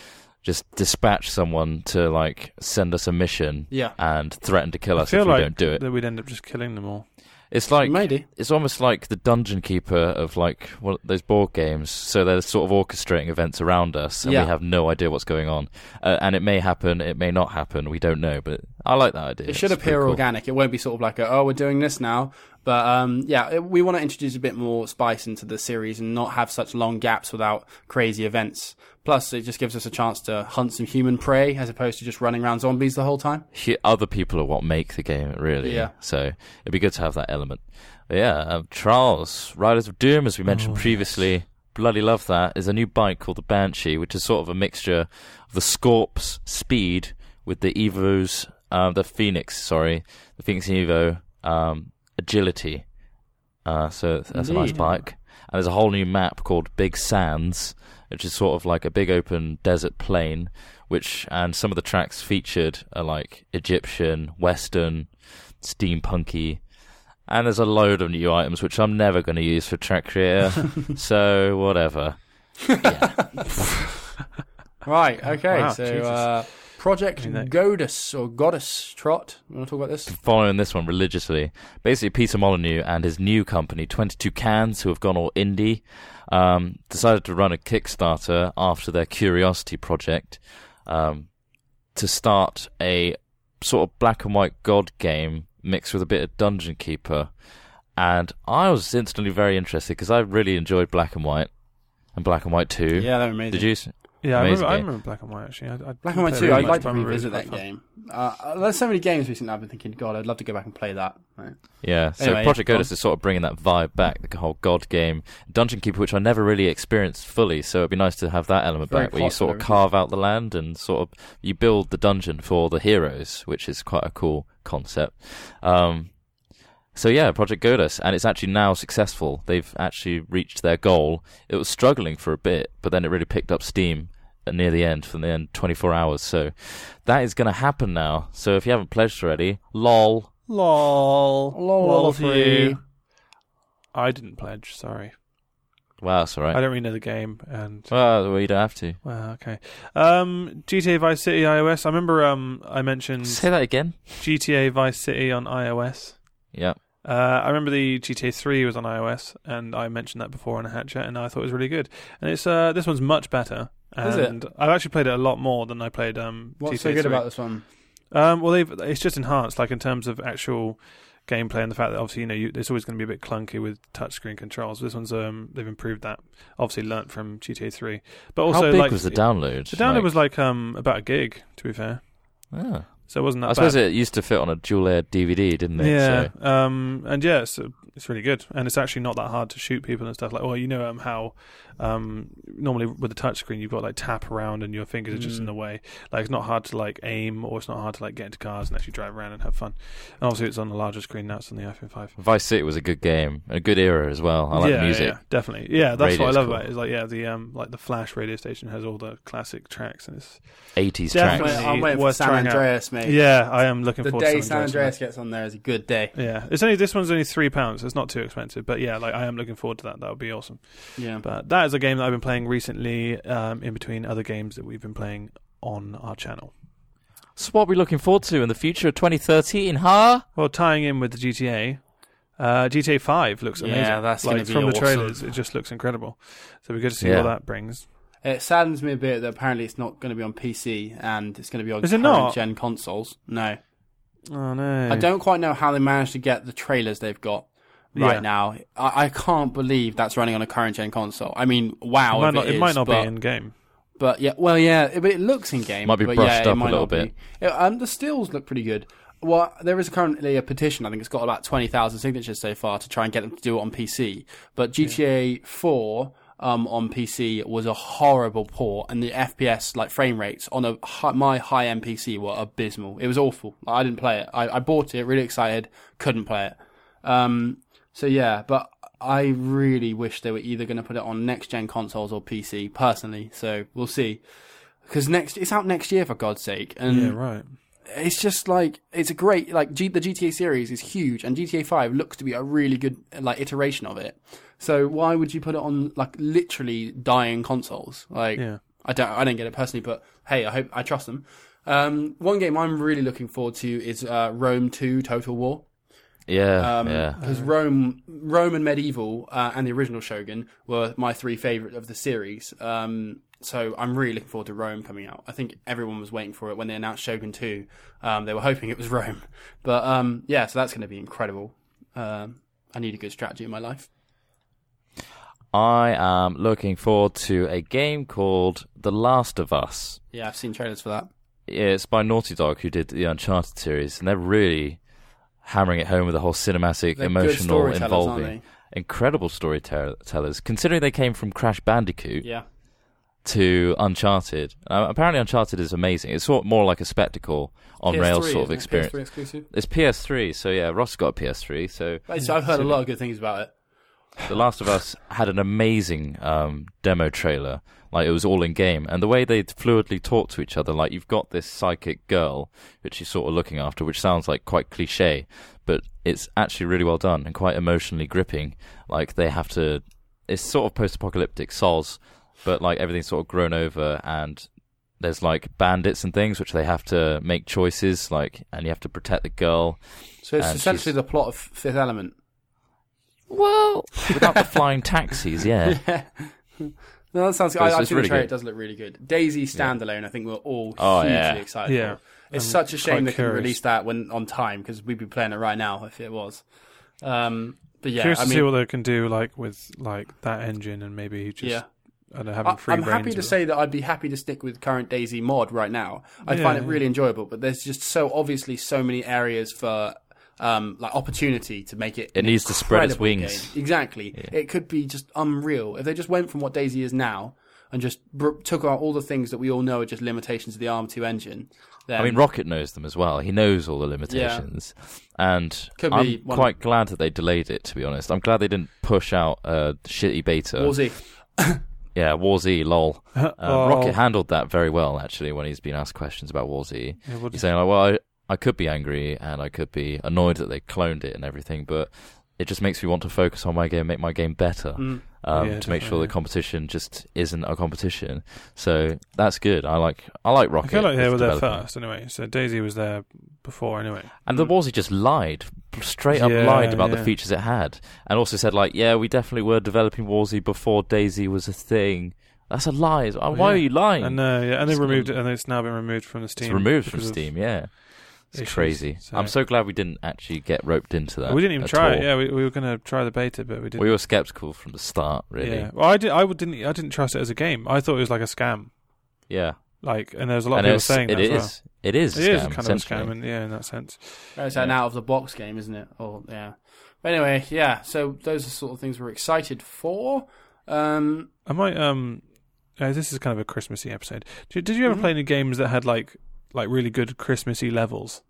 B: just dispatch someone to, like, send us a mission
C: yeah,
B: and threaten to kill
A: I
B: us if
A: feel
B: we
A: like
B: don't do it.
A: that we'd end up just killing them all.
B: It's like
C: maybe.
B: it's almost like the dungeon keeper of like well, those board games. So they're sort of orchestrating events around us, and
C: Yeah.
B: we have no idea what's going on. Uh, and it may happen, it may not happen. We don't know. But I like that idea.
C: It should
B: It's
C: appear
B: pretty cool.
C: organic. It won't be sort of like, a, oh, we're doing this now. But um, yeah, it, we want to introduce a bit more spice into the series and not have such long gaps without crazy events. Plus, it just gives us a chance to hunt some human prey as opposed to just running around zombies the whole time.
B: Hu- Other people are what make the game, really.
C: Yeah.
B: So it'd be good to have that element. But yeah, um, Trials, Riders of Doom, as we mentioned
A: Oh,
B: previously. Bloody love that. Is a new bike called the Banshee, which is sort of a mixture of the Scorp's speed with the Evo's, um, the Phoenix, sorry, the Phoenix Evo um, agility. Uh, so th- that's a nice
C: Indeed.
B: bike. And there's a whole new map called Big Sands, which is sort of like a big open desert plain, which and some of the tracks featured are like Egyptian, Western, steampunky, and there's a load of new items which I'm never going to use for track creator. so whatever.
C: Right, okay.
A: Wow,
C: so,
A: Jesus.
C: uh, Project
A: I mean, that-
C: Godus or Goddess Trot. You want to talk about this?
B: following this one religiously. Basically, Peter Molyneux and his new company, 22 Cans, who have gone all indie, um, decided to run a Kickstarter after their Curiosity project um, to start a sort of black and white god game mixed with a bit of Dungeon Keeper. And I was instantly very interested because I really enjoyed Black and White and Black and White 2.
C: Yeah, they're amazing.
B: Did you? s-
A: Yeah, I
B: Amazing
A: remember, I
B: game.
A: remember Black and White actually. I, I
C: Black and White
A: played
C: 2,
A: it
C: I'd
A: much,
C: like
A: but I
C: to
A: remember it was
C: revisit that
A: quite fun.
C: game. Uh, there's so many games recently I've been thinking, God, I'd love to go back and play that. Right.
B: Yeah, so
C: Anyway,
B: Project
C: go on.
B: Godus is sort of bringing that vibe back, the whole God game. Dungeon Keeper, which I never really experienced fully, so it'd be nice to have that element
C: Very
B: back, where you sort of
C: popular,
B: carve out the land and sort of you build the dungeon for the heroes, which is quite a cool concept. Um, so yeah, Project Godus, and it's actually now successful. They've actually reached their goal. It was struggling for a bit, but then it really picked up steam near the end, from the end 24 hours. So that is going to happen now. So if you haven't pledged already, lol.
A: Lol,
C: Lol, lol
A: to
C: free.
A: you. I didn't pledge. Sorry,
B: Wow, that's all right.
A: I don't really know the game, and
B: Well, well, you don't have to.
A: Wow, okay. Um, GTA Vice City iOS. I remember um, I mentioned
B: Say that again.
A: GTA Vice City on iOS.
B: Yeah.
A: Uh, I remember the GTA 3 was on iOS, and I mentioned that before in a hat chat, and I thought it was really good. And it's uh, this one's much better.
C: Is it?
A: And I've actually played it a lot more than I played um, GTA
C: What's so good
A: 3.
C: about this one?
A: Um, well, they've it's just enhanced, like in terms of actual gameplay and the fact that obviously you know you, it's always going to be a bit clunky with touchscreen controls. This one's um, they've improved that. Obviously, learnt from GTA 3, but also
B: How big
A: like
B: was the download?
A: the download was like um about a gig, to be fair.
B: Oh,
A: So it wasn't that
B: I suppose
A: bad.
B: it used to fit on a dual layer DVD, didn't it?
A: yeah.
B: So-
A: Um, and yeah, it's, it's really good. And it's actually not that hard to shoot people and stuff. Like, well, you know um, how um, normally with the touchscreen, you've got like tap around and your fingers are just
B: Mm.
A: in the way. Like, it's not hard to like aim or it's not hard to like get into cars and actually drive around and have fun. And obviously, it's on a larger screen now. It's on the iPhone 5.
B: Vice City was a good game, a good era as well. I like
A: yeah,
B: the music.
A: yeah, definitely. Yeah, that's what I
B: Radio's
A: love
B: cool.
A: about it. Is like yeah, the um like the Flash radio station has all the classic tracks and it's
B: 80s
A: Definitely.
B: tracks.
C: I'm waiting for
A: worth
C: San
A: trying out.
C: Andreas, mate.
A: yeah, I am looking
C: The
A: forward
C: day
A: to
C: San Andreas gets on there is a good day.
A: Yeah, it's only this one's only three pounds. It's not too expensive, but yeah, like I am looking forward to that. That would be awesome.
C: Yeah.
A: But that is a game that I've been playing recently, um, in between other games that we've been playing on our channel.
B: So what are we looking forward to in the future of 2013, huh?
A: Well, tying in with the GTA, uh, GTA Five looks
C: Yeah,
A: amazing.
C: that's
A: like
C: gonna be
A: from the
C: awesome.
A: trailers, it just looks incredible. So it'd be good to see
B: Yeah.
A: what that brings.
C: It saddens me a bit that apparently it's not going to be on PC and it's going to be on
A: Is it
C: current
A: not?
C: gen consoles. No.
A: Oh no,
C: I don't quite know how they managed to get the trailers they've got right
A: Yeah.
C: now. I, I can't believe that's running on a current gen console. I mean, wow.
A: It might
C: if
A: not,
C: it,
A: it might
C: is,
A: not be
C: but,
A: in game.
C: But yeah, well, yeah, it, but it looks in game.
B: Might be
C: but
B: brushed
C: yeah, it
B: up a
C: might
B: little
C: not be. Yeah, um, the stills look pretty good. Well, there is currently a petition. I think it's got about twenty thousand signatures so far to try and get them to do it on PC. But GTA Four um, on PC was a horrible port, and the FPS like frame rates on a hi- my high end PC were abysmal. It was awful. I didn't play it. I, I bought it, really excited, couldn't play it. Um, so yeah, but I really wish they were either going to put it on next gen consoles or PC personally. So we'll see. Because next, it's out next year for God's sake, and
A: Yeah, right.
C: it's just like it's a great like G, the GTA series is huge, and GTA Five looks to be a really good like iteration of it. So why would you put it on like literally dying consoles? Like
A: Yeah.
C: I don't I don't get it personally, but hey, I hope I trust them. Um, one game I'm really looking forward to is uh, Rome Two Total War.
B: Yeah,
C: Um,
B: yeah.
C: Because Rome, Rome and medieval uh, and the original Shogun were my three favorite of the series. Um, so I'm really looking forward to Rome coming out. I think everyone was waiting for it when they announced Shogun 2. Um, they were hoping it was Rome, but um, yeah, so that's going to be incredible. Um, I need a good strategy in my life.
B: I am looking forward to a game called The Last of Us.
C: Yeah, I've seen trailers for that.
B: It's by Naughty Dog, who did the Uncharted series, and they're really hammering it home with the whole cinematic,
C: They're good
B: emotional,
C: storytellers, aren't
B: involving, incredible storytellers. Considering they came from Crash Bandicoot
C: Yeah,
B: to Uncharted, uh, apparently Uncharted is amazing. It's sort of more like a spectacle on rails sort of experience.
C: PS3 exclusive.
B: It's PS3, so yeah, Ross got a PS3, so
C: Basically, I've heard a lot of good things about it.
B: The Last of Us had an amazing um, demo trailer. Like it was all in game, and the way they fluidly talk to each other, like you've got this psychic girl that she's sort of looking after, which sounds like quite cliche, but it's actually really well done and quite emotionally gripping. Like they have to, it's sort of post-apocalyptic sols, but like everything's sort of grown over, and there's like bandits and things which they have to make choices, like, and you have to protect the girl.
C: So it's
B: And
C: essentially
B: she's-
C: the plot of Fifth Element.
B: Well, without the flying taxis, yeah.
C: No, that sounds good.
B: But
C: I,
B: it's-
C: I've
B: it's
C: seen
B: really
C: the trailer.
B: good.
C: It does look really good. Daisy standalone. I think we're all
B: Oh,
C: hugely
B: yeah.
C: excited.
A: Yeah.
C: For. It's
A: I'm
C: such a
A: quite
C: shame they couldn't
A: curious.
C: release that when on time because we'd be playing it right now if it was. Um, but yeah,
A: Curious
C: I
A: to see
C: mean,
A: what they can do, like with like that engine and maybe just
C: yeah.
A: I don't know, having
C: I,
A: free
C: I'm
A: reign
C: happy to
A: it.
C: say that I'd be happy to stick with current Daisy mod right now. I
A: Yeah,
C: find it
A: yeah.
C: really enjoyable, but there's just so obviously so many areas for um, like opportunity to make it.
B: It
C: an
B: needs to spread its
C: incredible
B: wings.
C: game. Exactly, it could be just unreal if they just went from what Daisy is now and just br- took out all the things that we all know are just limitations of the ARM two engine. Then
B: I mean, Rocket knows them as well. He knows all the limitations, and
C: Could be
B: I'm
C: one-
B: quite glad that they delayed it. To be honest, I'm glad they didn't push out a shitty beta.
C: Warzy.
B: Yeah, War Z, lol.
C: uh,
B: Um,
A: Oh.
B: Rocket handled that very well actually when he's been asked questions about War Z.
A: Yeah, what
B: He's saying like, well, I, I could be angry and I could be annoyed that they cloned it and everything, but it just makes me want to focus on my game, make my game better,
C: Mm.
B: um,
A: Yeah,
B: to make sure
A: definitely.
B: the competition just isn't a competition. So that's good. I like I like
A: I
B: Rocket.
A: feel like they
B: as
A: were there
B: developer.
A: first anyway. So Daisy was there before anyway.
B: And the Warzy just lied, straight up
A: Hmm. Yeah,
B: lied about the
A: yeah.
B: features it had, and also said like, "Yeah, we definitely were developing Warzy before Daisy was a thing." That's a lie. Uh, Why are
A: yeah.
B: you lying?
A: And uh, yeah, and they
B: It's
A: removed it,
B: gone.
A: and it's now been removed from the Steam.
B: it's removed from
A: because of-
B: Steam. Yeah, it's
A: issues,
B: crazy.
A: so-
B: I'm so glad we didn't actually get roped into that.
A: we didn't even
B: at
A: try it.
B: all.
A: Yeah, we, we were going to try the beta, but we didn't.
B: we were skeptical from the start. Really.
A: Yeah.
B: Yeah.
A: Well, I did. I would- didn't. I didn't trust it as a game. I thought it was like a scam. Like, and there's a lot
B: and
A: of people
B: it's,
A: saying
B: it
A: that
B: is,
A: as well.
B: it is, a
A: It is
B: scam,
A: kind of a
B: essentially.
A: scam, in, yeah, in that sense.
C: It's an out of the box game, isn't it? Or yeah. But anyway, yeah. So those are sort of things we're excited for. Um,
A: I might. Um, uh, this is kind of a Christmassy episode. Did, did you
B: Mm-hmm.
A: ever play any games that had like like really good Christmassy levels?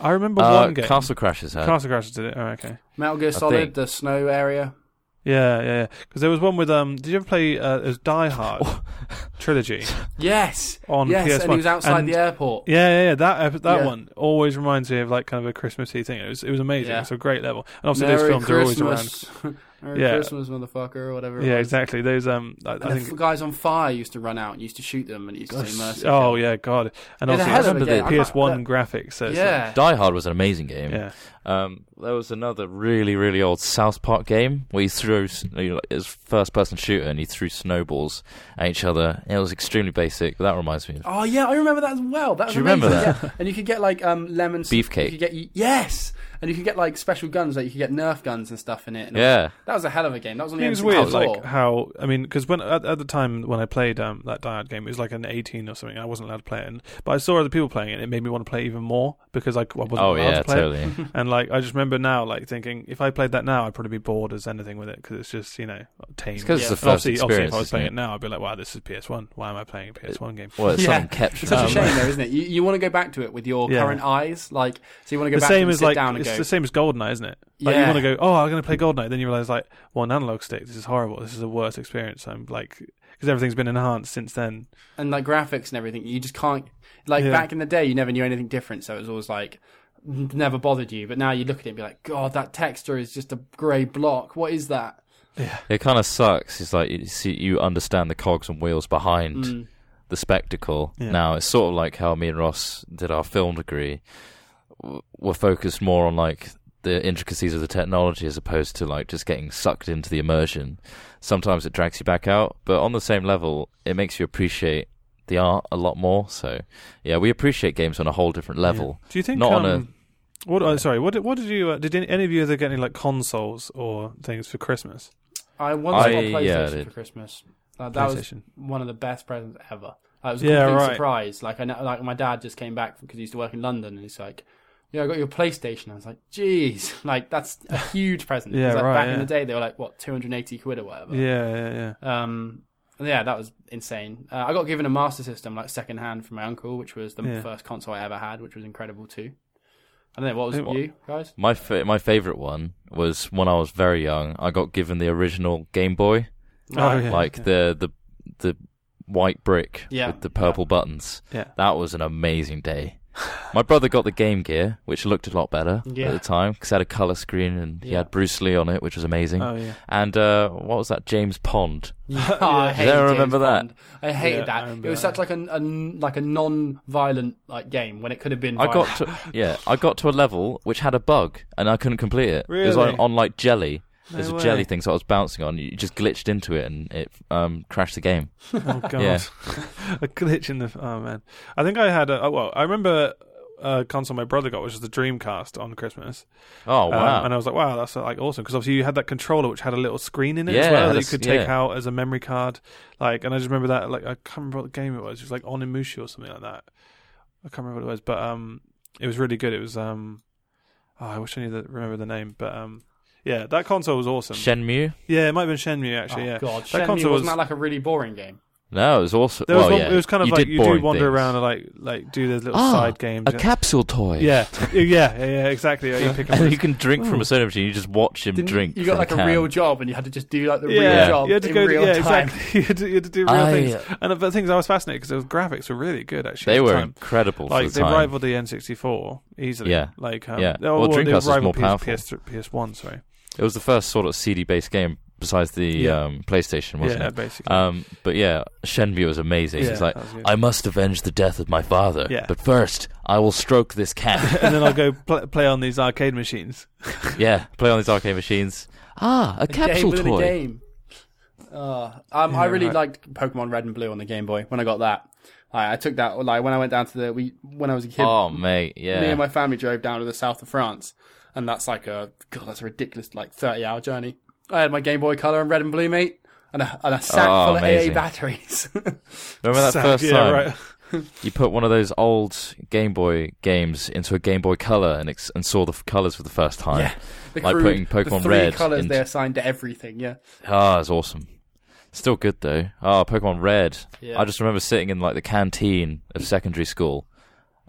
A: I remember
B: Uh,
A: one game.
B: Castle Crashers had.
A: Castle Crashers did it. Oh, okay.
C: Metal Gear Solid,
B: think-
C: the snow area.
A: Yeah, yeah, yeah. Because there was one with um. Did you ever play uh, it was Die Hard trilogy?
C: Yes.
A: On
C: yes, and
A: PS1.
C: he was outside
A: And-
C: the airport.
A: Yeah, yeah, yeah. That ep- that
C: Yeah.
A: one always reminds me of like kind of a Christmassy thing. It was it was amazing.
C: Yeah.
A: It's a great level, and obviously
C: Merry
A: those films
C: Christmas.
A: are always
C: Merry
A: Yeah.
C: Christmas, motherfucker, or whatever.
A: around.
C: it
A: Yeah,
C: was.
A: exactly. Those um, I,
C: And
A: I
C: the f-
A: think.
C: guys on fire used to run out and used to shoot them and it used to say mercy.
A: Oh yeah, God, and
C: It's a hell
A: also
C: of a
B: remember
C: game.
B: the
C: I can't-
A: PS1 graphics. So
C: that-
A: it's like-
C: Yeah.
B: Die Hard was an amazing game.
A: yeah.
B: Um, there was another really, really old South Park game where you threw s- you know, it was first person shooter and you threw snowballs at each other. It was extremely basic, but that reminds me of
C: Oh yeah, I remember that as well. That was
B: Do you remember
C: amazing, Yeah. And you could get like um lemon
B: Beefcake.
C: You could get yes, and you could get like special guns. Like you could get Nerf guns and stuff in it. And it
B: Yeah.
C: was- that was a hell of a game. That was on the
A: It was
C: N64.
A: weird, like how I mean, because when at, at the time when I played um, that Dyad game, it was like an 18 or something. I wasn't allowed to play it, and, but I saw other people playing it. and It made me want to play even more because like, I wasn't
B: Oh
A: allowed
B: yeah,
A: to play it.
B: totally.
A: And like, I just remember now, like thinking, if I played that now, I'd probably be bored as anything with it because it's just you know tame.
B: It's 'cause
C: it's
A: And
B: the first
A: obviously, obviously, if
B: experience,
A: I was playing it
B: isn't
A: now, I'd be like, wow, this is PS1. Why am I playing a PS1 game?
B: Well, it's
C: Yeah.
B: something kept
C: It's such a
B: from-
C: shame, though, isn't it? You, you want to go back to it with your
A: Yeah.
C: current eyes, like so. You want to go
A: the
C: back
A: same
C: and
A: as
C: sit
A: like
C: down and
A: it's
C: go.
A: the same as Goldeneye, isn't it? Like you
C: Yeah.
A: want to go, oh, I'm going to play Goldeneye, then you realize like, well, an analog stick, this is horrible. This is the worst experience. I'm like, because everything's been enhanced since then.
C: and like graphics and everything. You just can't like
A: Yeah.
C: back in the day, you never knew anything different, so it was always like n- never bothered you. But now you look at it and be like, God, that texture is just a grey block. What is that?
B: It kind of sucks. It's like you see, you understand the cogs and wheels behind
C: Mm.
B: the spectacle.
A: Yeah.
B: Now it's sort of like how me and Ross did our film degree. W- We're focused more on like the intricacies of the technology as opposed to like just getting sucked into the immersion. Sometimes it drags you back out, but on the same level, it makes you appreciate the art a lot more. So yeah, we appreciate games on a whole different level.
A: Do you think
B: Not on
A: um, What? Oh, sorry. What? did- What did you? Uh, did any, any of you ever get any like consoles or things for Christmas?
C: I once
B: I-
C: got
B: yeah,
C: PlayStation
B: I did.
C: for Christmas. Like, that was
A: PlayStation.
C: one of the best presents ever. Like, it was a
A: Yeah,
C: complete
A: right.
C: surprise. Like I know, like my dad just came back because he used to work in London, and he's like, "Yeah, I got your PlayStation." I was like, "Jeez, like that's a huge present."
A: Yeah,
C: 'Cause, like,
A: right,
C: Back
A: yeah.
C: in the day, they were like what two hundred and eighty quid or whatever.
A: Yeah, yeah, yeah.
C: Um, yeah, that was insane. Uh, I got given a Master System like second hand from my uncle, which was the
A: Yeah.
C: first console I ever had, which was incredible too. I don't know what was
A: Hey, what-
C: you guys.
B: My fa- my favorite one was when I was very young. I got given the original Game Boy.
A: Oh, yeah.
B: like the the the white brick
C: Yeah.
B: with the purple buttons.
A: Yeah.
B: That was an amazing day. My brother got the Game Gear, which looked a lot better
C: Yeah.
B: at the time because it had a color screen and he
C: Yeah.
B: had Bruce Lee on it, which was amazing.
A: Oh yeah.
B: And uh, what was that? James Pond.
C: Yeah, oh, I hated
B: don't remember
C: James
B: that.
C: Bond. I hated
A: Yeah, I
C: that.
A: remember
C: it was
A: that.
C: such like a, a like a non-violent like game when it could have been.
B: I got
C: Violent.
B: to yeah, I got to a level which had a bug and I couldn't complete it. It was
A: Really?
B: on, on like jelly. There's
A: No
B: a
A: way.
B: jelly thing, so I was bouncing on. You just glitched into it and it um, crashed the game.
A: Oh god.
B: Yeah.
A: a glitch in the. Oh man. I think I had a. Oh well. I remember a console my brother got, which was the Dreamcast on Christmas.
B: Oh
A: Um,
B: wow!
A: and I was like, wow, that's like awesome because obviously you had that controller which had a little screen in it as
B: Yeah,
A: well that you
B: that's-
A: could take
B: yeah.
A: out as a memory card. Like, and I just remember that. Like, I can't remember what game it was. It was like Onimusha or something like that. I can't remember what it was, but um, it was really good. It was um, oh, I wish I knew the, remember the name, but um, yeah, that console was awesome.
B: Shenmue?
A: yeah, it might have been Shenmue
C: Oh
A: actually. yeah,
C: God,
A: that
C: Shenmue,
A: console was.
C: wasn't that like a really boring game?
B: No, it was also
A: there was
B: well,
A: one,
B: yeah,
A: It was kind of
B: you
A: like
B: did
A: you do
B: boring
A: wander
B: things.
A: around and like like do those little
B: Ah,
A: side games.
B: A capsule toy.
A: yeah, yeah, yeah, yeah, exactly. You pick up
B: And you can drink from a soda machine. You just watch him
C: Didn't-
B: drink.
C: You got
B: from
C: like a
B: can.
C: real job, and you had to just do like the real
A: yeah,
C: job
A: you had to
C: in
A: go.
C: real
A: yeah,
C: time.
A: exactly. You had, to, you had to do real
B: I- uh,
A: things. And the things I was fascinated because the graphics were really good. Actually,
B: They
A: at the
B: were
A: time.
B: incredible
A: like
B: for the
A: they
B: time.
A: rivaled the N64 easily.
B: Yeah.
A: like um,
B: Yeah.
A: Oh,
B: Well,
A: they
B: Dreamcast was
A: rivaled
B: more
A: PS,
B: powerful.
A: PS, PS1, sorry.
B: It was the first sort of CD-based game besides the
A: Yeah.
B: um, PlayStation, wasn't
A: yeah,
B: it?
A: basically.
B: Um, but yeah, Shenmue was amazing.
A: Yeah,
B: it's like
A: that was good.
B: I must avenge the death of my father,
A: Yeah.
B: but first I will stroke this cat.
A: and then I'll go pl- play on these arcade machines.
B: yeah, play on these arcade machines. Ah, a capsule
C: game within
B: toy.
C: a game. Uh, um,
A: Yeah,
C: I really
A: right.
C: liked Pokemon Red and Blue on the Game Boy when I got that. I, I took that like when I went down to the we when I was a kid.
B: Oh mate,
C: Me
B: yeah.
C: and my family drove down to the south of France, and that's like a god, that's a ridiculous like thirty hour journey. I had my Game Boy Color and Red and Blue, mate. and a, and a sack
B: Oh,
C: full
B: amazing.
C: of AA batteries.
B: Remember that
A: Sad.
B: first
A: yeah,
B: time
A: Right.
B: you put one of those old Game Boy games into a Game Boy Color and ex- and saw the f- colors for the first time?
C: Yeah. the
B: Like putting Pokemon
C: the three
B: Red
C: colors
B: into-
C: they assigned to everything. Yeah,
B: Ah, it's awesome. Still good though. Ah, Pokemon Red.
C: Yeah.
B: I just remember sitting in like the canteen of secondary school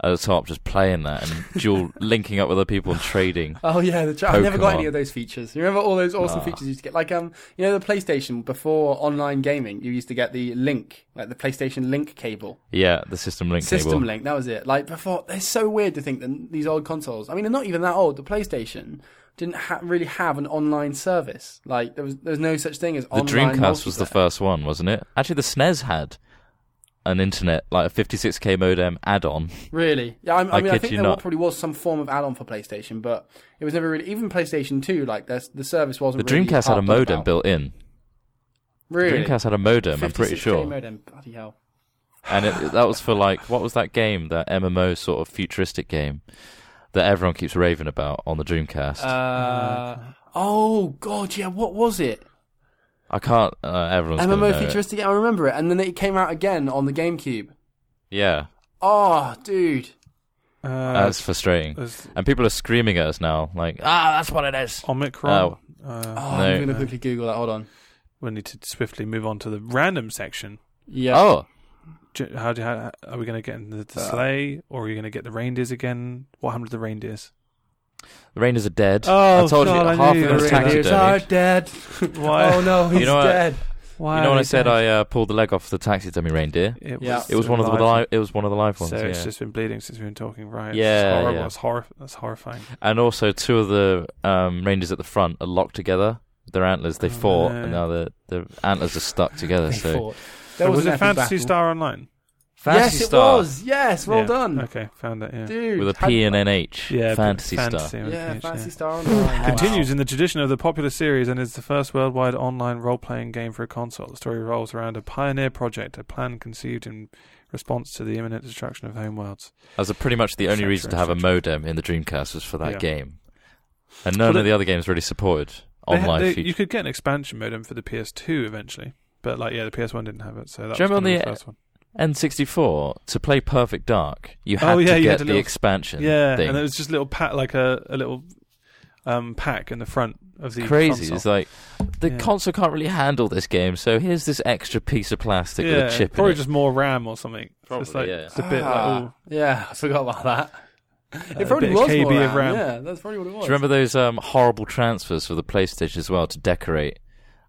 B: at the top, just playing that and dual linking up with other people and trading.
C: Oh yeah, the tra- I never got any
B: Pokemon.
C: of those features. You remember all those awesome
B: Ah.
C: features you used to get, like um, you know, the PlayStation before online gaming, you used to get the link, like the PlayStation Link cable,
B: Yeah, the system link
C: system
B: cable.
C: link. That was it. Like before, it's so weird to think that these old consoles. I mean, they're not even that old. The PlayStation didn't ha- really have an online service. Like there was, there was no such thing as
B: The
C: online
B: Dreamcast was the
C: multiplayer.
B: first one, wasn't it? Actually, the SNES had an internet, like a 56k modem add-on.
C: Really? Yeah, I, I
B: I
C: mean, I
B: kid
C: think
B: you
C: there
B: not.
C: probably was some form of add-on for PlayStation, but it was never really. Even PlayStation Two, like the the service
B: The
C: wasn't. really
B: Dreamcast had a
C: up and
B: modem
C: about.
B: built in.
C: Really,
B: Dreamcast had a modem, I'm pretty
C: 56K
B: sure.
C: modem, bloody hell.
B: and it, that was for like what was that game? That MMO sort of futuristic game that everyone keeps raving about on the Dreamcast.
C: Uh, oh god, yeah. What was it?
B: I can't. Uh, everyone's gonna
C: MMO
B: know it.
C: futuristic. I remember it, and then it came out again on the GameCube.
B: Yeah,
C: Oh, dude.
A: Uh,
B: that's frustrating.
A: there's
B: and people are screaming at us now, like, "Ah, that's what it is."
A: Omicron.
B: Oh.
A: Uh,
C: Oh,
B: No.
C: I'm gonna quickly Google that. Hold on.
A: we need to swiftly move on to the random section.
C: Yeah.
B: Oh,
A: J- How do you, how, are we going to get into
C: Uh,
A: the sleigh, or are you going to get the reindeers again? What happened to the reindeers?
B: the reindeers are dead.
A: Oh,
B: I told
A: God, I
B: you half
A: knew
B: of
A: you
B: them's
A: were gonna do
B: taxidermied.
C: dead.
A: Why?
C: Oh no, he's
B: You know what?
C: dead.
A: Why?
B: You know
A: are
B: when I
A: they
B: said
A: dead?
B: I uh, pulled the leg off the taxidermy reindeer?
A: It
C: Yeah.
A: was,
B: It was one of the live. It was one of the live ones.
A: So it's
B: yeah.
A: just been bleeding since we've been talking, right?
B: Yeah,
A: it's horrible.
B: yeah.
A: It's hor- that's horrifying.
B: And also, two of the um, reindeers at the front are locked together. Their antlers, they
A: Oh,
B: fought,
A: no.
B: and now the the antlers are stuck together.
C: They
B: so
C: fought. There
A: So was
C: an
A: it
C: epic
A: Fantasy
C: battle.
A: Star Online?
B: Fantasy
C: yes,
B: Star
C: it was. Yes, well
A: Yeah.
C: done,
A: Okay, found it. Yeah,
C: dude.
B: with a
C: Had-
B: P and an H.
A: yeah,
B: Fantasy, Star.
A: Fantasy with a
C: Yeah,
A: PH,
C: Fantasy
A: yeah.
C: Star Online.
A: Continues in the tradition of the popular series and is the first worldwide online role playing game for a console. The story revolves around a pioneer project, a plan conceived in response to the imminent destruction of homeworlds.
B: That was pretty much the only
A: Etc,
B: reason to have a
A: etc.
B: modem in the Dreamcast was for that
A: Yeah.
B: game, and none
A: Well,
B: of
A: they-
B: the other games really supported
A: They had-
B: online
A: they-
B: features.
A: You could get an expansion modem for the PS2 eventually, but like yeah, the PS1 didn't have it, so that
B: Do you
A: was
B: remember
A: kind of
B: the-
A: the first one.
B: N64 to play Perfect Dark, you had
A: Oh,
B: to
A: yeah,
B: get
A: you had a
B: the
A: little-
B: expansion.
A: Yeah,
B: uh, thing.
A: and it was just little pack like a, a little um, pack in the front of the
B: crazy.
A: console.
B: It's like the
A: Yeah.
B: console can't really handle this game, so here's this extra piece of plastic
A: yeah,
B: with a chip in
A: probably
B: it.
A: just more RAM or something.
B: Probably,
A: it's like,
B: yeah.
A: It's a bit
C: Ah,
A: like, ooh,
C: yeah, I forgot about that. It
A: a
C: probably
A: bit of
C: was
A: KB
C: more
A: of RAM.
C: RAM. Yeah, that's probably what it was.
B: Do you remember those um, horrible transfers for the PlayStation as well to decorate?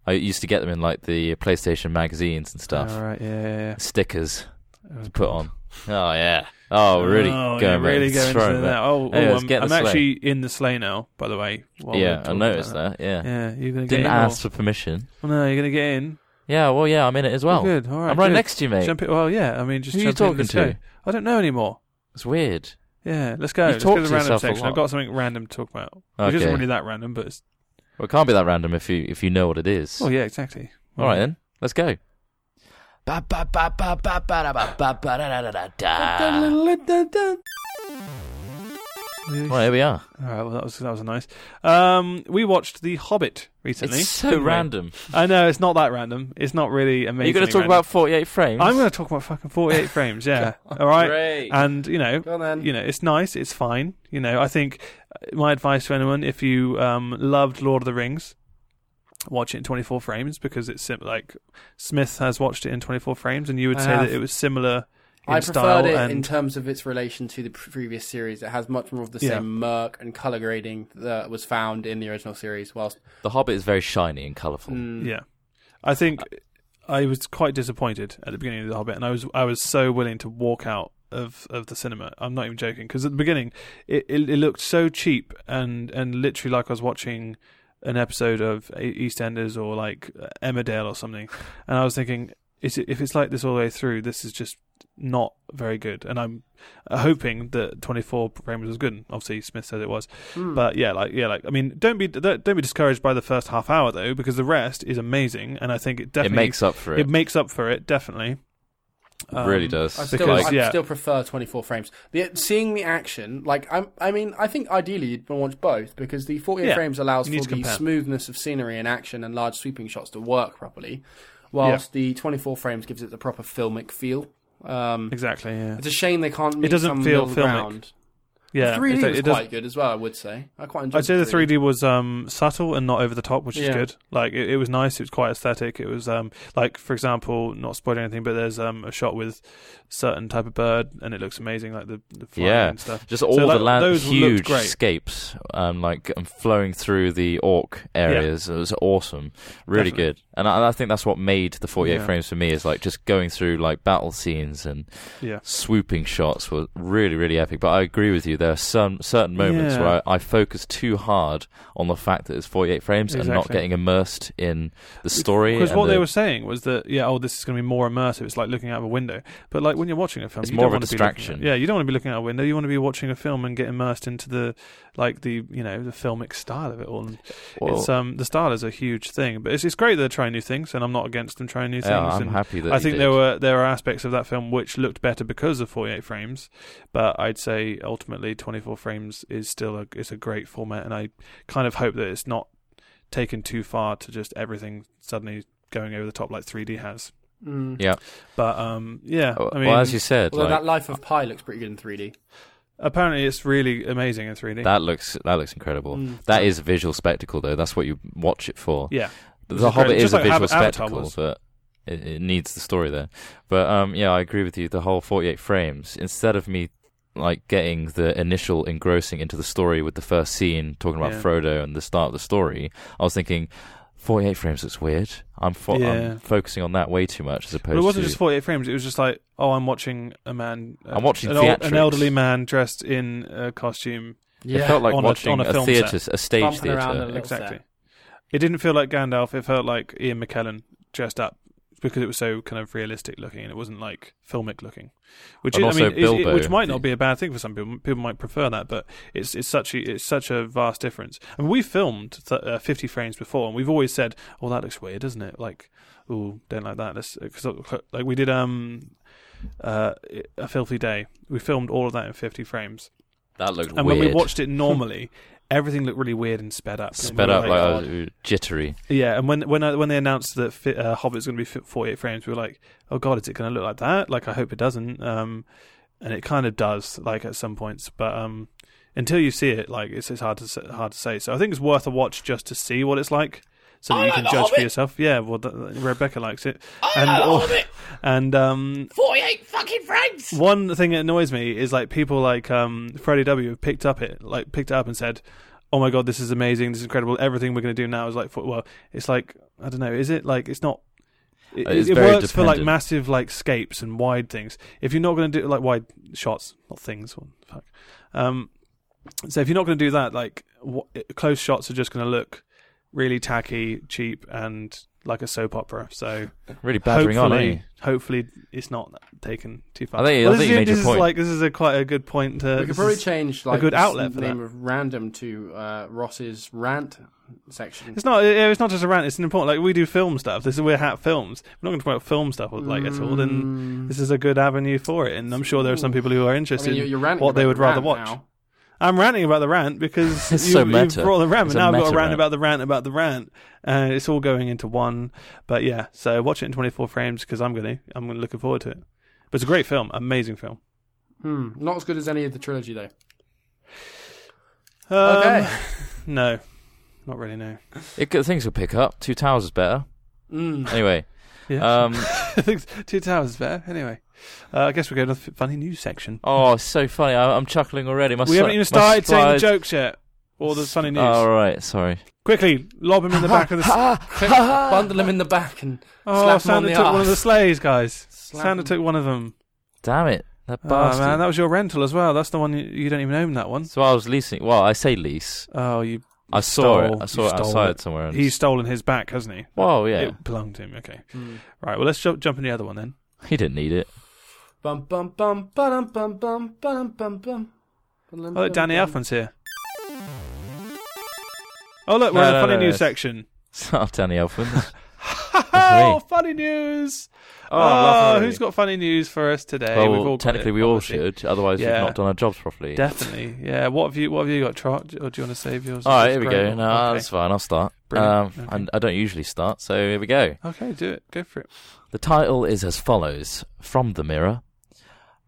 B: I used to get them in like the PlayStation magazines and stuff.
A: All right, yeah, yeah,
B: Stickers
A: yeah. It was
B: to put on. Oh yeah. Oh, we're really
A: oh,
B: going
A: yeah,
B: right
A: really
B: into
A: going
B: throwing
A: into
B: that.
A: that. Oh,
B: Hey,
A: oh,
B: let's
A: I'm,
B: get the
A: I'm
B: sleigh.
A: actually in the sleigh now, by the way. while we're
B: yeah, I
A: talking
B: noticed
A: about
B: that. Yeah.
A: Yeah, you're gonna get
B: Didn't
A: in.
B: ask
A: Or,
B: for permission.
A: well, no, you're gonna get in.
B: Yeah. Well, yeah, I'm in it as well.
A: Oh, good. All right,
B: I'm right
A: good.
B: next to you, mate.
A: Jump it. Well, yeah. I mean, just
B: Who are you
A: jump in,
B: talking
A: let's
B: to?
A: go. I don't know anymore.
B: It's weird.
A: Yeah, let's go.
B: You
A: let's go
B: talk
A: to
B: to
A: the random
B: yourself a
A: section.
B: lot.
A: I've got something random to talk about, which
B: Okay.
A: isn't really that random, but it's.
B: Well, it can't be that random if you if you know what it is.
A: Oh yeah, exactly.
B: All right then, let's go. Well,
A: All
B: here we are.
A: right. Well, that was that was nice. Um, we watched The Hobbit recently.
B: It's so
A: didn't we?
B: random.
A: I know it's not that random. It's not really
B: Are
A: amazing.
B: you going to talk about 48 frames?
A: I'm going to talk about fucking 48 frames. Yeah. All right.
B: Great.
A: And you know,
C: Go on then.
A: you know, it's nice. It's fine. You know, I think uh, my advice to anyone: if you um, loved Lord of the Rings, watch it in 24 frames because it's sim- like Smith has watched it in 24 frames, and you would
C: I
A: say
C: have.
A: that it was similar in
C: I
A: style
C: preferred it
A: and
C: in terms of its relation to the pr- previous series. It has much more of the
A: Yeah.
C: same murk and color grading that was found in the original series. Whilst
B: the Hobbit is very shiny and colourful.
C: mm,
A: Yeah, I think I was quite disappointed at the beginning of The Hobbit, and I was I was so willing to walk out of of the cinema. I'm not even joking because at the beginning it, it it looked so cheap and and literally like I was watching an episode of E- EastEnders or like uh, Emmerdale or something, and I was thinking, is it, if it's like this all the way through, this is just not very good. And I'm uh, hoping that 24 frames was good. And Obviously, Smith said it was, but yeah, like yeah, like I mean, don't be don't don't be discouraged by the first half hour though, because the rest is amazing, and I think it
B: It
A: definitely
B: makes up for
A: it
B: it.
A: makes up for it definitely. Um,
B: really does.
C: I still,
A: Because,
C: I
A: yeah.
C: still prefer 24 frames. The, seeing the action, like I'm, I mean, I think ideally you'd want both because the 48
A: Yeah,
C: frames allows
A: you
C: for
A: need
C: the
A: to compare.
C: smoothness of scenery and action and large sweeping shots to work properly, whilst the 24 frames gives it the proper filmic feel. Um,
A: Exactly. Yeah.
C: it's a shame they can't. Meet
A: doesn't
C: some
A: feel
C: middle
A: filmic.
C: Ground.
A: Yeah.
C: 3D
A: it's-
C: was
A: it doesn't-
C: quite good as well. I would say I quite enjoyed.
A: I'd say the 3D was um, subtle and not over the top, which is
C: Yeah.
A: good. Like it, it was nice. It was quite aesthetic. It was um, like, for example, not spoiling anything, but there's um, a shot with certain type of bird, and it looks amazing, like the, the flying
B: Yeah.
A: and stuff.
B: Just all
A: like,
B: the land,
A: those looked
B: huge
A: great.
B: scapes, um, like um, flowing through the orc areas. It was awesome, really
A: Definitely.
B: good, and I, I think that's what made the 48
A: Yeah.
B: frames for me is like just going through like battle scenes and
A: Yeah.
B: swooping shots were really really epic. But I agree with you, there are some certain moments
A: Yeah.
B: where I, I focus too hard on the fact that it's 48 frames and not
A: Exactly.
B: getting immersed in the story.
A: Because
B: and
A: what
B: the-
A: they were saying was that yeah, oh, this is going to be more immersive. It's like looking out of a window. But like when you're watching a film,
B: It's
A: you
B: more
A: don't
B: of
A: wanna
B: a
A: be looking-
B: distraction.
A: yeah, you don't want to be looking out a window. You want to be watching a film and get immersed into the like the you know the filmic style of it all. And
B: Well,
A: it's um the style is a huge thing, but it's it's great they're trying new things, and I'm not against them trying new things.
B: yeah, I'm
A: and
B: happy that
A: I
B: you
A: think
B: did.
A: there were there are aspects of that film which looked better because of 48 frames, but I'd say ultimately 24 frames is still a is a great format, and I kind of hope that it's not taken too far to just everything suddenly going over the top like 3D has.
C: Mm.
A: But um, yeah,
B: Oh,
A: I mean,
B: well, as you said,
C: Although
B: like,
C: that Life of Pi looks pretty good in 3D.
A: apparently it's really amazing in 3D.
B: That looks that looks incredible.
C: Mm.
B: That is a visual spectacle, though. That's what you watch it for.
A: yeah,
B: The
A: Which is
B: Hobbit
A: great.
B: is
A: Just
B: a
A: like
B: visual
A: Av- Avatar
B: spectacle,
A: was.
B: but it, it needs the story there. But um, yeah, I agree with you. The whole forty-eight frames instead of me like getting the initial engrossing into the story with the first scene talking about
A: Yeah.
B: Frodo and the start of the story, I was thinking. 48 frames looks weird. I'm, fo-
A: Yeah.
B: I'm focusing on that way too much as opposed
A: but it wasn't
B: to
A: just 48 frames. It was just like, oh, I'm watching a man. uh,
B: I'm watching
A: an, old- an
B: theatrics.
A: elderly man dressed in a costume.
B: it felt like
A: on a-
B: watching
A: on a
B: a,
A: film
B: theater, a stage
C: Bumping around
B: theater.
C: a little
A: Exactly.
C: set.
A: It didn't feel like Gandalf. It felt like Ian McKellen dressed up because it was so kind of realistic looking and it wasn't like filmic looking, which is,
B: And also
A: I mean, is-
B: Bilbo.
A: which might not be a bad thing for some people. People might prefer that, but it's it's such a, it's such a vast difference. I mean, we filmed th- uh, 50 frames before, and we've always said, "Oh, that looks weird, doesn't it?" Like, "Oh, don't like that." Let's because like we did um uh a filthy day. We filmed all of that in 50 frames,
B: That looked
A: and
B: weird.
A: when we watched it normally. Everything looked really weird and sped up.
B: sped
A: And we were "Oh."
B: up, like, uh, I was jittery.
A: yeah, and when when I, when they announced that fi- uh, Hobbit's going to be fi- 48 frames, we were like, "Oh God, is it going to look like that?" Like, I hope it doesn't. Um, and it kind of does, like at some points, but um, until you see it, like it's, it's hard to s- hard to say. So I think it's worth a watch just to see what it's like, so that you can judge for yourself. Yeah, well, th- th- Rebecca likes it, and and um,
E: 48 fucking frames!
A: one thing that annoys me is like people like um Freddie W have picked up it like picked it up and said, "Oh my god, this is amazing! This is incredible! Everything we're going to do now is like for, well, it's like I don't know, is it like it's not." It,
B: Uh, It's
A: it
B: very
A: works for like
B: dependent.
A: massive like scapes and wide things. If you're not going to do like wide shots, not things, what the fuck. Um, so if you're not going to do that, like wh- close shots are just going to look really tacky, cheap, and like a soap opera. So
B: Really battering on, eh?
A: hopefully, hopefully it's not taken too far.
B: I think- I
A: this
B: think
A: is-
B: you made your
A: this is
B: point.
A: Like this is a quite a good point. To,
C: We could
A: this
C: probably
A: is-
C: change like
A: good
C: the
A: outlet for
C: name
A: that.
C: of random to uh, Ross's rant section.
A: It's not. It's not just a rant. It's an important. Like we do film stuff. This is we're hat films. We're not going to promote film stuff like at all. Then
C: Mm.
A: this is a good avenue for it. And I'm sure there are some people who are
C: I
A: interested.
C: mean, you're, you're ranting
A: what
C: about
A: they would
C: the
A: rather
C: rant
A: watch.
C: now.
A: I'm ranting about the rant because you,
B: It's so
A: you've
B: meta.
A: brought the rant.
B: It's
A: But now
B: a
A: I've got a
B: meta
A: rant
B: rant.
A: about the rant about the rant, and it's all going into one. But yeah, so watch it in 24 frames because I'm going to. I'm gonna looking forward to it. But it's a great film. Amazing film.
C: Hmm. Not as good as any of the trilogy though.
A: Um,
C: Okay.
A: No, not really. No.
B: It, could- things will pick up. Two Towers is better.
C: Mm.
B: Anyway,
A: Yeah.
B: um,
A: Two towers there. Anyway, uh, I guess we're going to the f- funny news section.
B: oh, it's so funny. I, I'm chuckling already. My
A: we
B: sli-
A: haven't even
B: my
A: started saying the
B: slides-
A: jokes yet, or the funny news.
B: All right, sorry. Ah,
A: Quickly, lob him in the back of the. S-
C: Quick, bundle him in the back and
A: oh,
C: slap him on
A: Sander
C: the
A: took one of the
C: arse.
A: sleighs, guys.
C: Slap
A: Sander
C: him.
A: took one of them.
B: Damn it, that
A: Oh
B: bastard.
A: man, that was your rental as well. That's the one you, you don't even own. That one.
B: so I was leasing. Well, I say lease.
A: Oh, you.
B: I saw
A: stole-
B: it. I saw
A: you
B: it
A: stole
B: outside
A: it.
B: somewhere. And,
A: He's stolen his back, hasn't he?
B: Whoa, yeah.
A: It belonged to him. Okay.
C: Hmm.
A: Right. Well, let's ju- jump in the other one then.
B: He didn't need it.
C: Bum bum bum bum bum bum bum bum bum.
A: Oh, look, Danny Elfman's here. Oh look, we're in
B: No,
A: the
B: no,
A: funny
B: no,
A: news
B: it's-
A: section.
B: It's not Danny Elfman.
A: oh, funny news!
B: Oh,
A: Oh,
B: lovely.
A: who's got funny news for us today?
B: Well,
A: We've all got
B: technically,
A: it,
B: we all
A: obviously.
B: should. Otherwise,
A: Yeah.
B: we've not done our jobs properly.
A: Definitely, yeah. What have you? What have you got, Trot? Or do you want to save yours?
B: All right, here we
A: Graham?
B: go. No,
A: okay.
B: that's fine. I'll start. Um,
A: Brilliant. Okay.
B: and I don't usually start, so here we go.
A: Okay, do it. Go for it.
B: The title is as follows from the Mirror: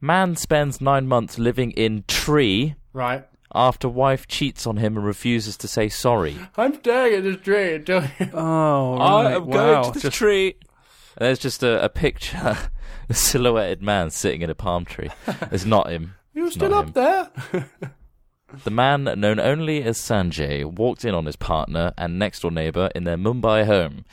B: Man spends nine months living in tree
C: Right.
B: after wife cheats on him and refuses to say sorry.
C: I'm staying in this tree until
A: Oh, right. wow. Just-
B: tree. And there's just a, a picture, a silhouetted man sitting in a palm tree. It's not him.
C: You're
B: It's
C: still
B: not
C: up
B: him.
C: there?
B: The man, known only as Sanjay, walked in on his partner and next door neighbour in their Mumbai home.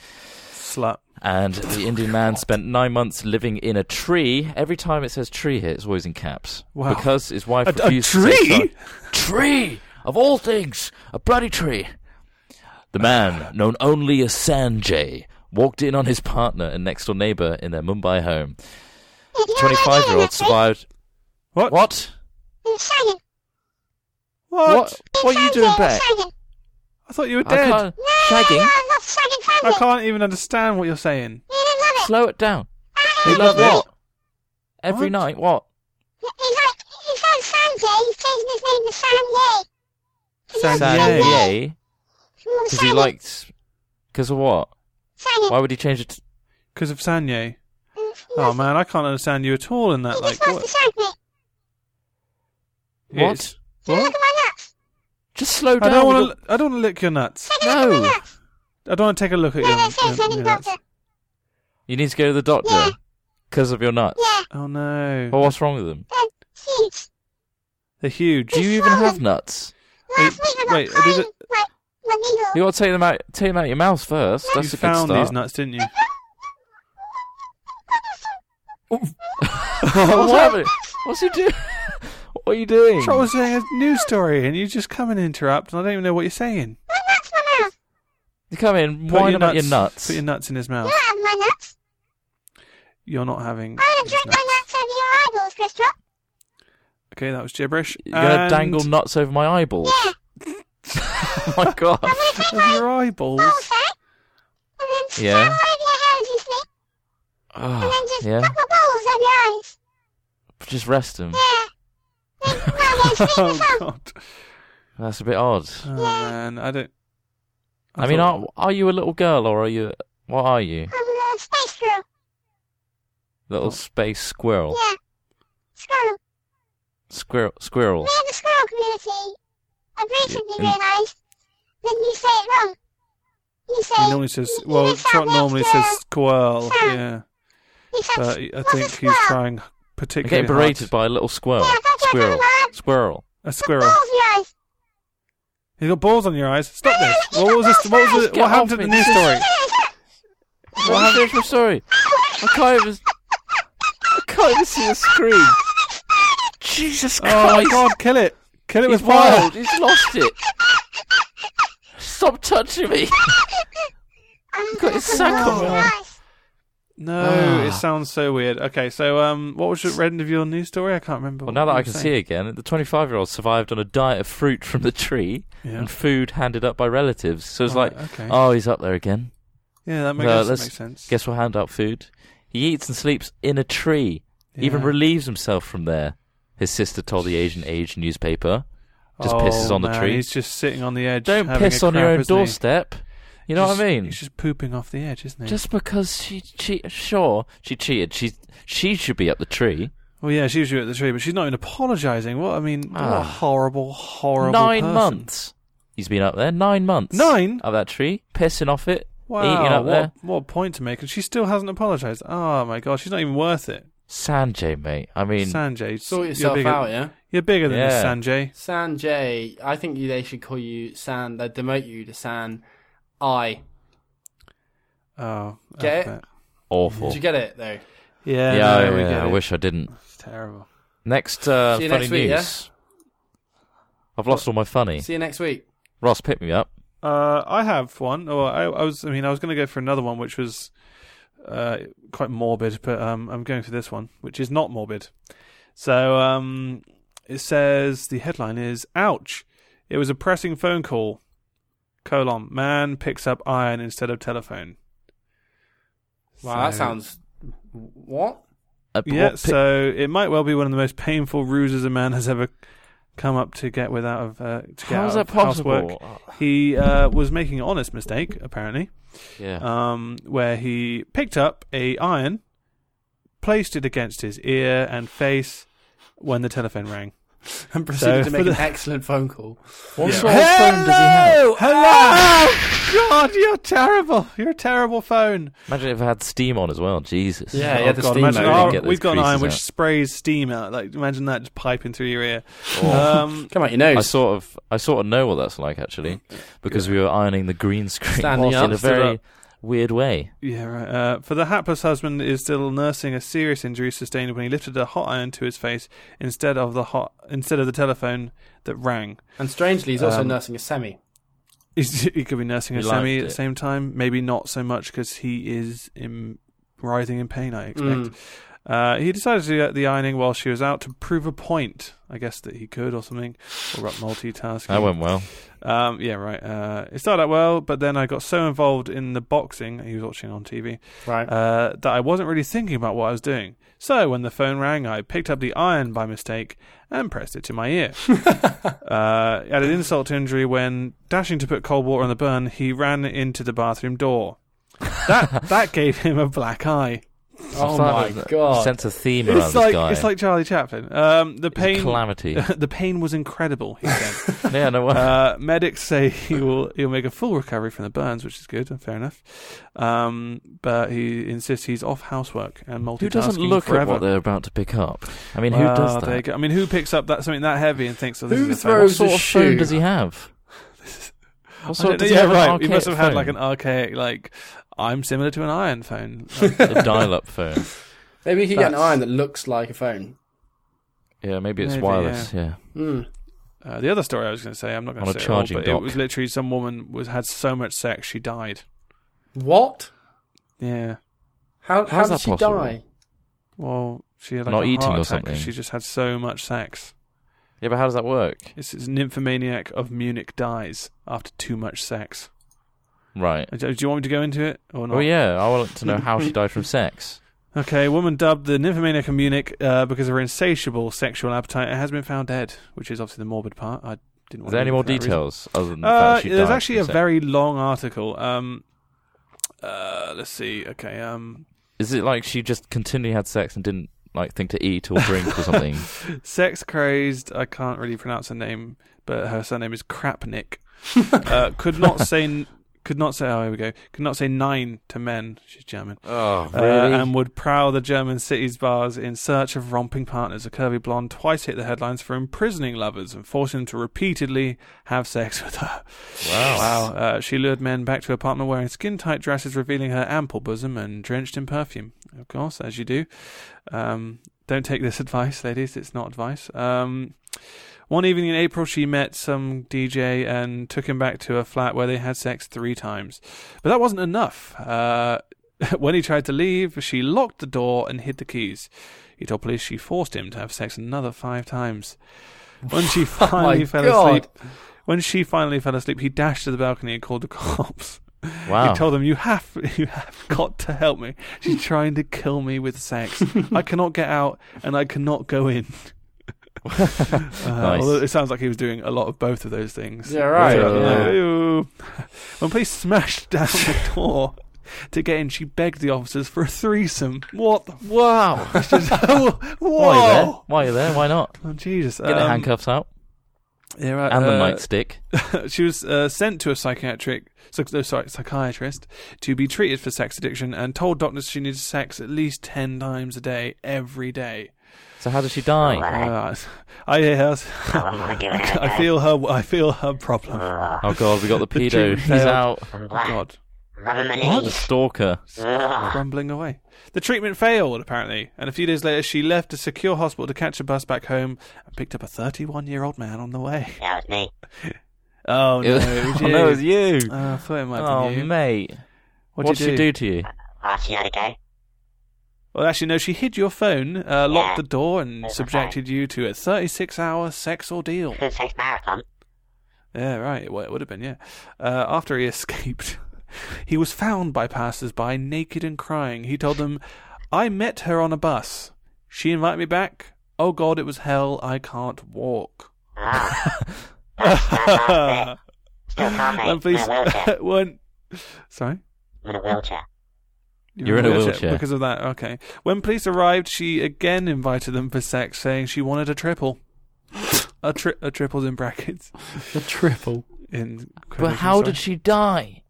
A: Slut.
B: And the Indian man spent nine months living in a tree. Every time it says tree here, it's always in caps.
A: Wow.
B: Because his wife
A: A- a
B: refused to say
A: tree?
B: sorry. tree! Of all things! A bloody tree! The man, known only as Sanjay, walked in on his partner and next door neighbour in their Mumbai home. The 25 year old survived.
A: What?
B: What?
E: Simon.
A: What?
B: What? What are you doing back?
E: Simon.
A: I thought you were
B: I
A: dead.
B: can't-
E: No,
B: Shagging?
E: I love Simon
A: I
E: Simon.
A: can't even understand what you're saying.
E: He didn't love it.
B: Slow it down.
E: I
B: They
E: don't
B: love
E: know.
B: what? Every
A: What?
B: night, what?
E: He's like, he found Sanjay. He's changed his name to Sanjay.
A: Sanjay.
B: Because he liked. Because of what?
E: Simon.
B: Why would he change it? To...
A: Because of Sanye.
E: Mm, he
A: Oh
E: loves-
A: man, I can't understand you at all in
E: He
A: that.
E: just
A: Like
E: wants to
A: what?
E: shank me.
A: It's-
E: So
A: What?
E: look at my nuts.
B: Just slow
A: I
B: down.
A: don't
B: with
A: want to. I don't want to lick your nuts.
E: Take a look at my
B: No.
E: nuts.
A: I don't want to take a look at
E: No, no,
A: your, your,
E: seriously, I
A: your
E: need
A: nuts.
E: doctor.
B: You need to go to the
E: Yeah.
B: doctor because of your nuts.
E: Yeah,
A: Oh no,
B: Well, what's wrong with them?
E: they're huge.
A: they're huge.
B: Do you even have nuts?
E: Last
A: Wait,
E: week I got
A: wait, are
E: crying,
A: these
E: like, my
B: You
E: needle.
B: got to take them out. Take them out of your mouth first.
A: You
B: That's a good
A: found
B: start.
A: these nuts, didn't you?
B: what's happening? What's he doing? what are you doing?
A: I was saying a news story, and you just come and interrupt, and I don't even know what you're saying.
E: My nuts, my mouth.
B: You come in.
A: Put
B: Why not your nuts?
A: Put your nuts in his
E: You
A: mouth.
E: don't have my nuts.
A: You're not having.
E: I'm gonna
A: his
E: drink my nuts over your eyeballs, Chris Drop.
A: Okay, that was gibberish.
B: You're gonna
A: And
B: dangle nuts over my eyeballs.
E: Yeah.
B: oh my god.
E: I'm gonna take
A: of
E: my
A: your eyeballs.
E: ball sack and then slam
B: Yeah.
E: over your head as you sleep, and
B: Oh,
E: then just
B: yeah.
E: put my balls over your eyes.
B: Just rest them.
E: Yeah. Then while they sleep
A: Oh
E: as well.
A: god.
B: That's a bit odd.
A: Oh
E: Yeah.
A: man, I don't.
B: I, mean,
A: thought-
B: are, are you a little girl or are you? What are you?
E: I'm a little space girl.
B: Little space
A: Oh.
B: squirrel.
E: Yeah. Squirrel.
B: Squirrel. Squirrel.
A: Oh.
E: Me and the squirrel community have recently
B: Yeah, and-
E: realised that you say it wrong. You say
A: He normally says,
E: you- you
A: well,
E: just
A: Trot
E: have
A: normally
E: one
A: says
E: squirrel.
A: squirrel,
E: Squirrel.
A: yeah.
E: You said,
A: But I
E: "What's a
A: think he's
E: squirrel?"
A: trying
B: I'm
A: particularly
B: getting berated
A: hard.
B: by a little squirrel.
E: Yeah, that's what
B: Squirrel.
E: happened.
B: Squirrel.
A: a
E: Put
A: squirrel.
E: balls in your eyes.
A: He's got balls on your eyes. Stop
E: Yeah,
A: this!
E: yeah,
A: What was this? What was
B: Just
A: it?
B: get
A: What
B: off
A: happened at the
B: me.
A: news story?
B: What happened? I'm sorry. I can't even. I can't even see the screen. Jesus
A: Oh my
B: Christ!
A: god! Kill it! Kill it
B: He's
A: with fire!
B: wild. He's lost it. Stop touching me.
E: I'm
B: got his sack
E: balls
B: on.
E: in your eyes.
A: No,
B: Ah.
A: it sounds so weird. Okay, so um, what was the end of your news story? I can't remember.
B: Well, now that I can see again, the 25-year-old survived on a diet of fruit from the tree
A: Yeah.
B: and food handed up by relatives. So it's
A: Right,
B: like,
A: okay.
B: oh, he's up there again.
A: yeah, that makes,
B: Uh,
A: that
B: let's-
A: makes sense.
B: Guess we'll hand out food. He eats and sleeps in a tree. Even
A: Yeah.
B: relieves himself from there. His sister told the Asian Age newspaper. Just
A: Oh,
B: pisses on the
A: man,
B: tree.
A: He's just sitting on the edge.
B: Don't
A: having a
B: piss on your
A: crap,
B: own
A: isn't he?
B: doorstep. You know
A: Just-
B: what I mean?
A: He's just pooping off the edge, isn't he?
B: Just because she cheated, sure, she cheated. She she should be up the tree.
A: Well, yeah, she was you at the tree, but she's not even apologising. What I mean, what
B: Ah.
A: a horrible, horrible.
B: nine
A: person.
B: months. He's been up there nine months.
A: Nine?
B: up that tree, pissing off it,
A: Wow,
B: eating up
A: what,
B: there.
A: what a point to make, and she still hasn't apologised. Oh my god, she's not even worth it.
B: Sanjay, mate. I mean,
A: Sanjay,
C: Sort
A: you're
C: yourself
A: bigger,
C: out, yeah?
A: You're bigger than this,
B: Yeah.
A: Sanjay.
C: Sanjay, I think you- they should call you San. They demote you to San. I.
A: Oh,
C: Get it?
A: alphabet.
B: awful.
C: Did you get it though?
A: Yeah,
B: yeah,
A: no,
B: yeah,
A: we get
B: I
A: it.
B: wish I didn't.
A: It's terrible.
B: Next uh,
C: See you
B: funny
C: next
B: news.
C: week, yeah?
B: I've lost all my funny.
C: See you next week.
B: Ross, pick me up.
A: Uh, I have one, or I, I was. I mean, I was going to go for another one, which was uh, quite morbid, but um, I'm going for this one, which is not morbid. So um, it says the headline is "Ouch! It was a pressing phone call." Colon man picks up iron instead of telephone.
C: Wow, that
A: So-
C: sounds. What?
B: Uh, but
A: Yeah,
B: what pi-
A: so it might well be one of the most painful ruses a man has ever come up to get with out of uh, to get
B: how
A: out
B: is that
A: of housework.
B: possible?
A: He uh, was making an honest mistake, apparently,
B: Yeah.
A: um, where he picked up a iron, placed it against his ear and face when the telephone rang.
C: And proceeded
A: So,
C: to make
A: for
C: an
A: the-
C: excellent phone call.
B: what
C: yeah.
B: sort of phone does he have?
C: Oh,
A: Hello! God, you're terrible. You're a terrible phone.
B: Imagine if it had steam on as well. Jesus.
C: Yeah, he had the
A: Oh, God,
C: steam
A: imagine
C: mode.
A: our-
B: Get those
A: we've got an
B: creases
A: iron which
B: out.
A: sprays steam out. Like imagine that just piping through your ear. Um,
C: Come out your nose.
B: Oh, I sort of, I sort of know what that's like actually, because we were ironing the green screen
C: Standing
B: whilst
C: up,
B: in a
C: stood
B: very
C: up.
B: weird way.
A: Yeah, right. Uh, for the hapless husband is still nursing a serious injury sustained when he lifted a hot iron to his face instead of the hot instead of the telephone that rang.
C: And strangely, he's also
A: Um,
C: nursing a semi.
A: He's, he could be nursing a
B: He
A: semi
B: liked
A: at the
B: it.
A: same time. Maybe not so much because he is in, writhing in pain. I expect.
C: Mm.
A: Uh, he decided to do the ironing while she was out to prove a point. I guess that he could or something, or up multitasking.
B: That went well.
A: Um, yeah, right. Uh, it started out well, but then I got so involved in the boxing he was watching on TV
C: Right.
A: uh, that I wasn't really thinking about what I was doing. So when the phone rang, I picked up the iron by mistake and pressed it to my ear. uh, added insult to injury when dashing to put cold water on the burn, he ran into the bathroom door. That that gave him a black eye.
C: oh my
B: Starting to
C: god.
B: Sense of theme around
A: It's
B: this
A: like
B: guy.
A: it's like Charlie Chaplin. Um, the
B: It's a
A: pain,
B: calamity.
A: the pain was incredible. He said.
B: yeah, no. Well,
A: Uh, medics say he will he'll make a full recovery from the burns, which is good and fair enough. Um, but he insists he's off housework and multitasking
B: who doesn't look
A: forever.
B: at what they're about to pick up? I mean, who
A: Well,
B: does
A: there you
B: that?
A: go. I mean, who picks up that something that heavy and thinks, "Oh, this
C: Who
A: is a
B: What
C: throws-
A: phone."
C: Throws a
B: sort of phone
C: shoe.
B: does he have? What
A: I don't
B: sort does
A: know.
B: he have an
A: yeah, right. He must have
B: archaic
A: had like
B: phone?
A: an archaic, like I'm similar to an iron phone.
B: a dial-up phone.
C: Maybe he could get an
A: That's-
C: iron that looks like a phone.
B: Yeah, maybe it's
A: Maybe,
B: wireless. Yeah.
C: Mm.
A: Uh, the other story I was going to say, I'm not going
B: On
A: to
B: a
A: say
B: charging
A: it all, but
B: dock.
A: it was literally some woman was had so much sex she died.
C: What?
A: Yeah.
C: How, how
B: How's
C: did
B: that
C: she
B: possible?
C: die?
A: Well, she had like
B: Not
A: a
B: eating
A: heart
B: or
A: attack 'cause
B: something.
A: She just had so much sex.
B: Yeah, but how does that work?
A: This is nymphomaniac of Munich dies after too much sex.
B: Right.
A: Uh, Do do you want me to go into it or not?
B: Oh yeah, I want to know how she died from sex.
A: Okay, a woman dubbed the nymphomaniac of Munich uh, because of her insatiable sexual appetite has been found dead, which is obviously the morbid part. I didn't.
B: Is
A: want
B: there
A: to
B: any
A: leave
B: more
A: for that reason.
B: details other than the
A: Uh,
B: fact she
A: there's
B: died
A: actually
B: from
A: a
B: sex?
A: very long article. Um, uh, let's see. Okay. Um,
B: Is it like she just continually had sex and didn't like think to eat or drink or something?
A: sex crazed. I can't really pronounce her name, but her surname is Krapnik. uh, could not say. n- Could not say. Oh, here we go. Could not say nine to men. She's German.
B: Oh,
A: Uh, and would prowl the German city's bars in search of romping partners. A curvy blonde twice hit the headlines for imprisoning lovers and forcing them to repeatedly have sex with her. Wow. Uh, she lured men back to her apartment wearing skin tight dresses, revealing her ample bosom and drenched in perfume. Of course, as you do. Um, don't take this advice, ladies. It's not advice. Um, one evening in April, she met some DJ and took him back to her flat where they had sex three times. But that wasn't enough. Uh, when he tried to leave, she locked the door and hid the keys. He told police she forced him to have sex another five times. When she finally fell
C: God.
A: asleep, when she finally fell asleep, he dashed to the balcony and called the cops.
B: Wow.
A: He told them, "You have, you have got to help me. She's trying to kill me with sex. I cannot get out, and I cannot go in." Uh,
B: Nice.
A: Although it sounds like he was doing a lot of both of those things.
C: Yeah, right.
B: Yeah.
A: Yeah. Ew. When police smashed down the door to get in, she begged the officers for a threesome. What? the-
B: wow.
A: Whoa!
B: Why are you there? Why are you there? Why not?
A: Oh, Jesus.
B: Get the
A: Um,
B: handcuffs out
A: yeah, right,
B: and the
A: uh,
B: nightstick.
A: she was uh, sent to a psychiatric psych- no, sorry, psychiatrist to be treated for sex addiction and told doctors she needed sex at least 10 times a day every day
B: So how does she die?
A: uh, i hear her i feel her i feel her problem oh
B: Oh god, we got the pedo.
A: treatment
B: He's
A: failed. Oh,
B: out.
A: god
E: Rubbing my
B: What a
E: knees.
B: stalker. uh.
A: rumbling away the treatment failed apparently and a few days later she left a secure hospital to catch a bus back home and picked up a 31 year old man on the way
E: That was me.
A: oh no it was
B: Oh,
A: you.
B: no, it was you.
A: Oh, I thought it might
B: Oh
A: be you.
B: mate,
A: What'd
B: what did she
A: you
B: do to you?
E: Half an hour ago.
A: Well, actually, no, she hid your phone, uh, locked
E: Yeah.
A: the door, and
E: That's
A: subjected you to a 36 hour sex ordeal.
E: Food sex marathon.
A: yeah, right. Well, it would have been, yeah. Uh, after he escaped, He was found by passers-by naked and crying. He told them, "I met her on a bus. She invited me back. Oh God, it was hell. I can't walk." and
E: Ah, Still can't mate.
A: please
E: I'm in a wheelchair.
A: weren't. Sorry.
E: I'm in a wheelchair.
B: You're in a wheelchair.
A: because of that. Okay. When police arrived, she again invited them for sex, saying she wanted a triple. a tri- a triple's in brackets.
C: The triple.
A: In
B: But how did she die?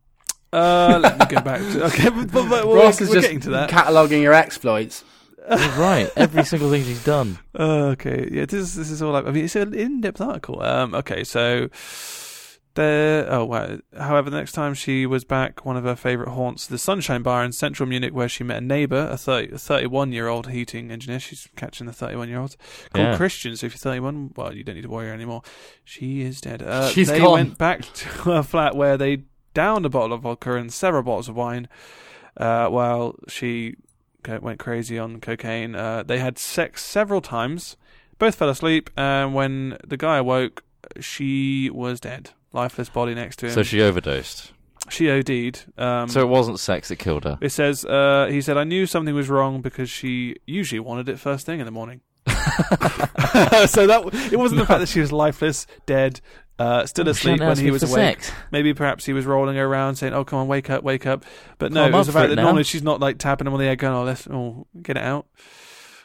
A: Uh, let me go back. To, okay, but, but, but we're,
C: Ross is
A: we're
C: just
A: getting to that.
C: cataloging your exploits.
B: You're right, every single thing she's done.
A: Uh, okay, yeah, this is- this is all. Like, I mean, it's an in-depth article. Um, okay, so there. Oh wow. However, the next time she was back, one of her favorite haunts, the Sunshine Bar in central Munich, where she met a neighbor, a 30, a 31-year-old heating engineer. She's catching the 31-year-olds called
B: Yeah.
A: Christian. So if you're 31, well, you don't need to worry anymore. She is dead. Uh,
C: She's
A: they
C: gone.
A: went back to her flat where they downed a bottle of vodka and several bottles of wine, uh, while she co- went crazy on cocaine. Uh, they had sex several times. Both fell asleep, and when the guy awoke, she was dead, lifeless body next to him.
B: So she overdosed.
A: she OD'd. Um,
B: So it wasn't sex that killed her.
A: it says uh, he said I knew something was wrong because she usually wanted it first thing in the morning. so that it wasn't the fact that she was lifeless, dead, uh, still asleep
B: Shannon
A: when
B: asked
A: he
B: me
A: was
B: for
A: awake.
B: sex.
A: Maybe perhaps he was rolling her around saying, "Oh, come on, wake up, wake up." But no,
B: I'm
A: it was
B: up
A: the fact
B: for
A: that
B: it now.
A: normally she's not like tapping him on the head, going, "Oh, let's oh, get it out,"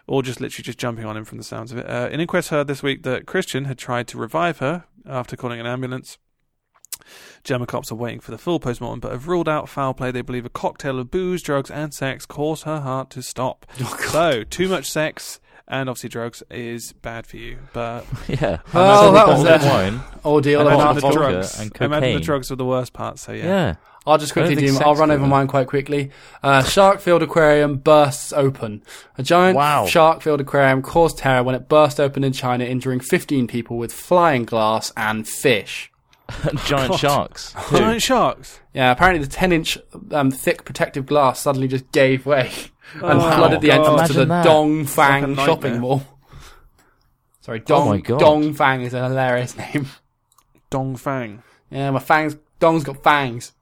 A: or just literally just jumping on him from the sounds of it. Uh, an inquest heard this week that Christian had tried to revive her after calling an ambulance. German cops are waiting for the full postmortem, but have ruled out foul play. They believe a cocktail of booze, drugs, and sex caused her heart to stop. so, too much sex and obviously drugs is bad for you. But
B: Yeah.
C: Well,
B: And
C: that
B: that's
C: was
B: a bottle
C: a-
B: of wine.
C: Ordeal of
A: imagine
C: an
B: Imagine
A: the
B: vodka
C: article.
A: drugs.
B: and
A: Imagine the
B: cocaine.
A: drugs were the worst part. So yeah.
B: Yeah.
C: I'll just
B: I don't
C: quickly
B: think
C: do.
B: sex
C: I'll run
B: killed
C: over
B: her.
C: mine quite quickly. Uh, Sharkfield Aquarium bursts open. A giant
B: Wow.
C: Sharkfield Aquarium caused terror when it burst open in China, injuring 15 people with flying glass and fish.
B: And giant sharks. too.
A: Giant sharks.
C: Yeah, apparently the 10-inch um, thick protective glass suddenly just gave way and
A: Oh,
C: flooded the
A: God.
C: entrance to the
B: Imagine that.
C: Dong
A: It's
C: Fang
A: like a nightmare. Oh,
C: shopping mall. Sorry, Dong,
B: my God.
C: Dong Fang is a hilarious name.
A: Dongfang.
C: Yeah, my fangs, Dong's got fangs.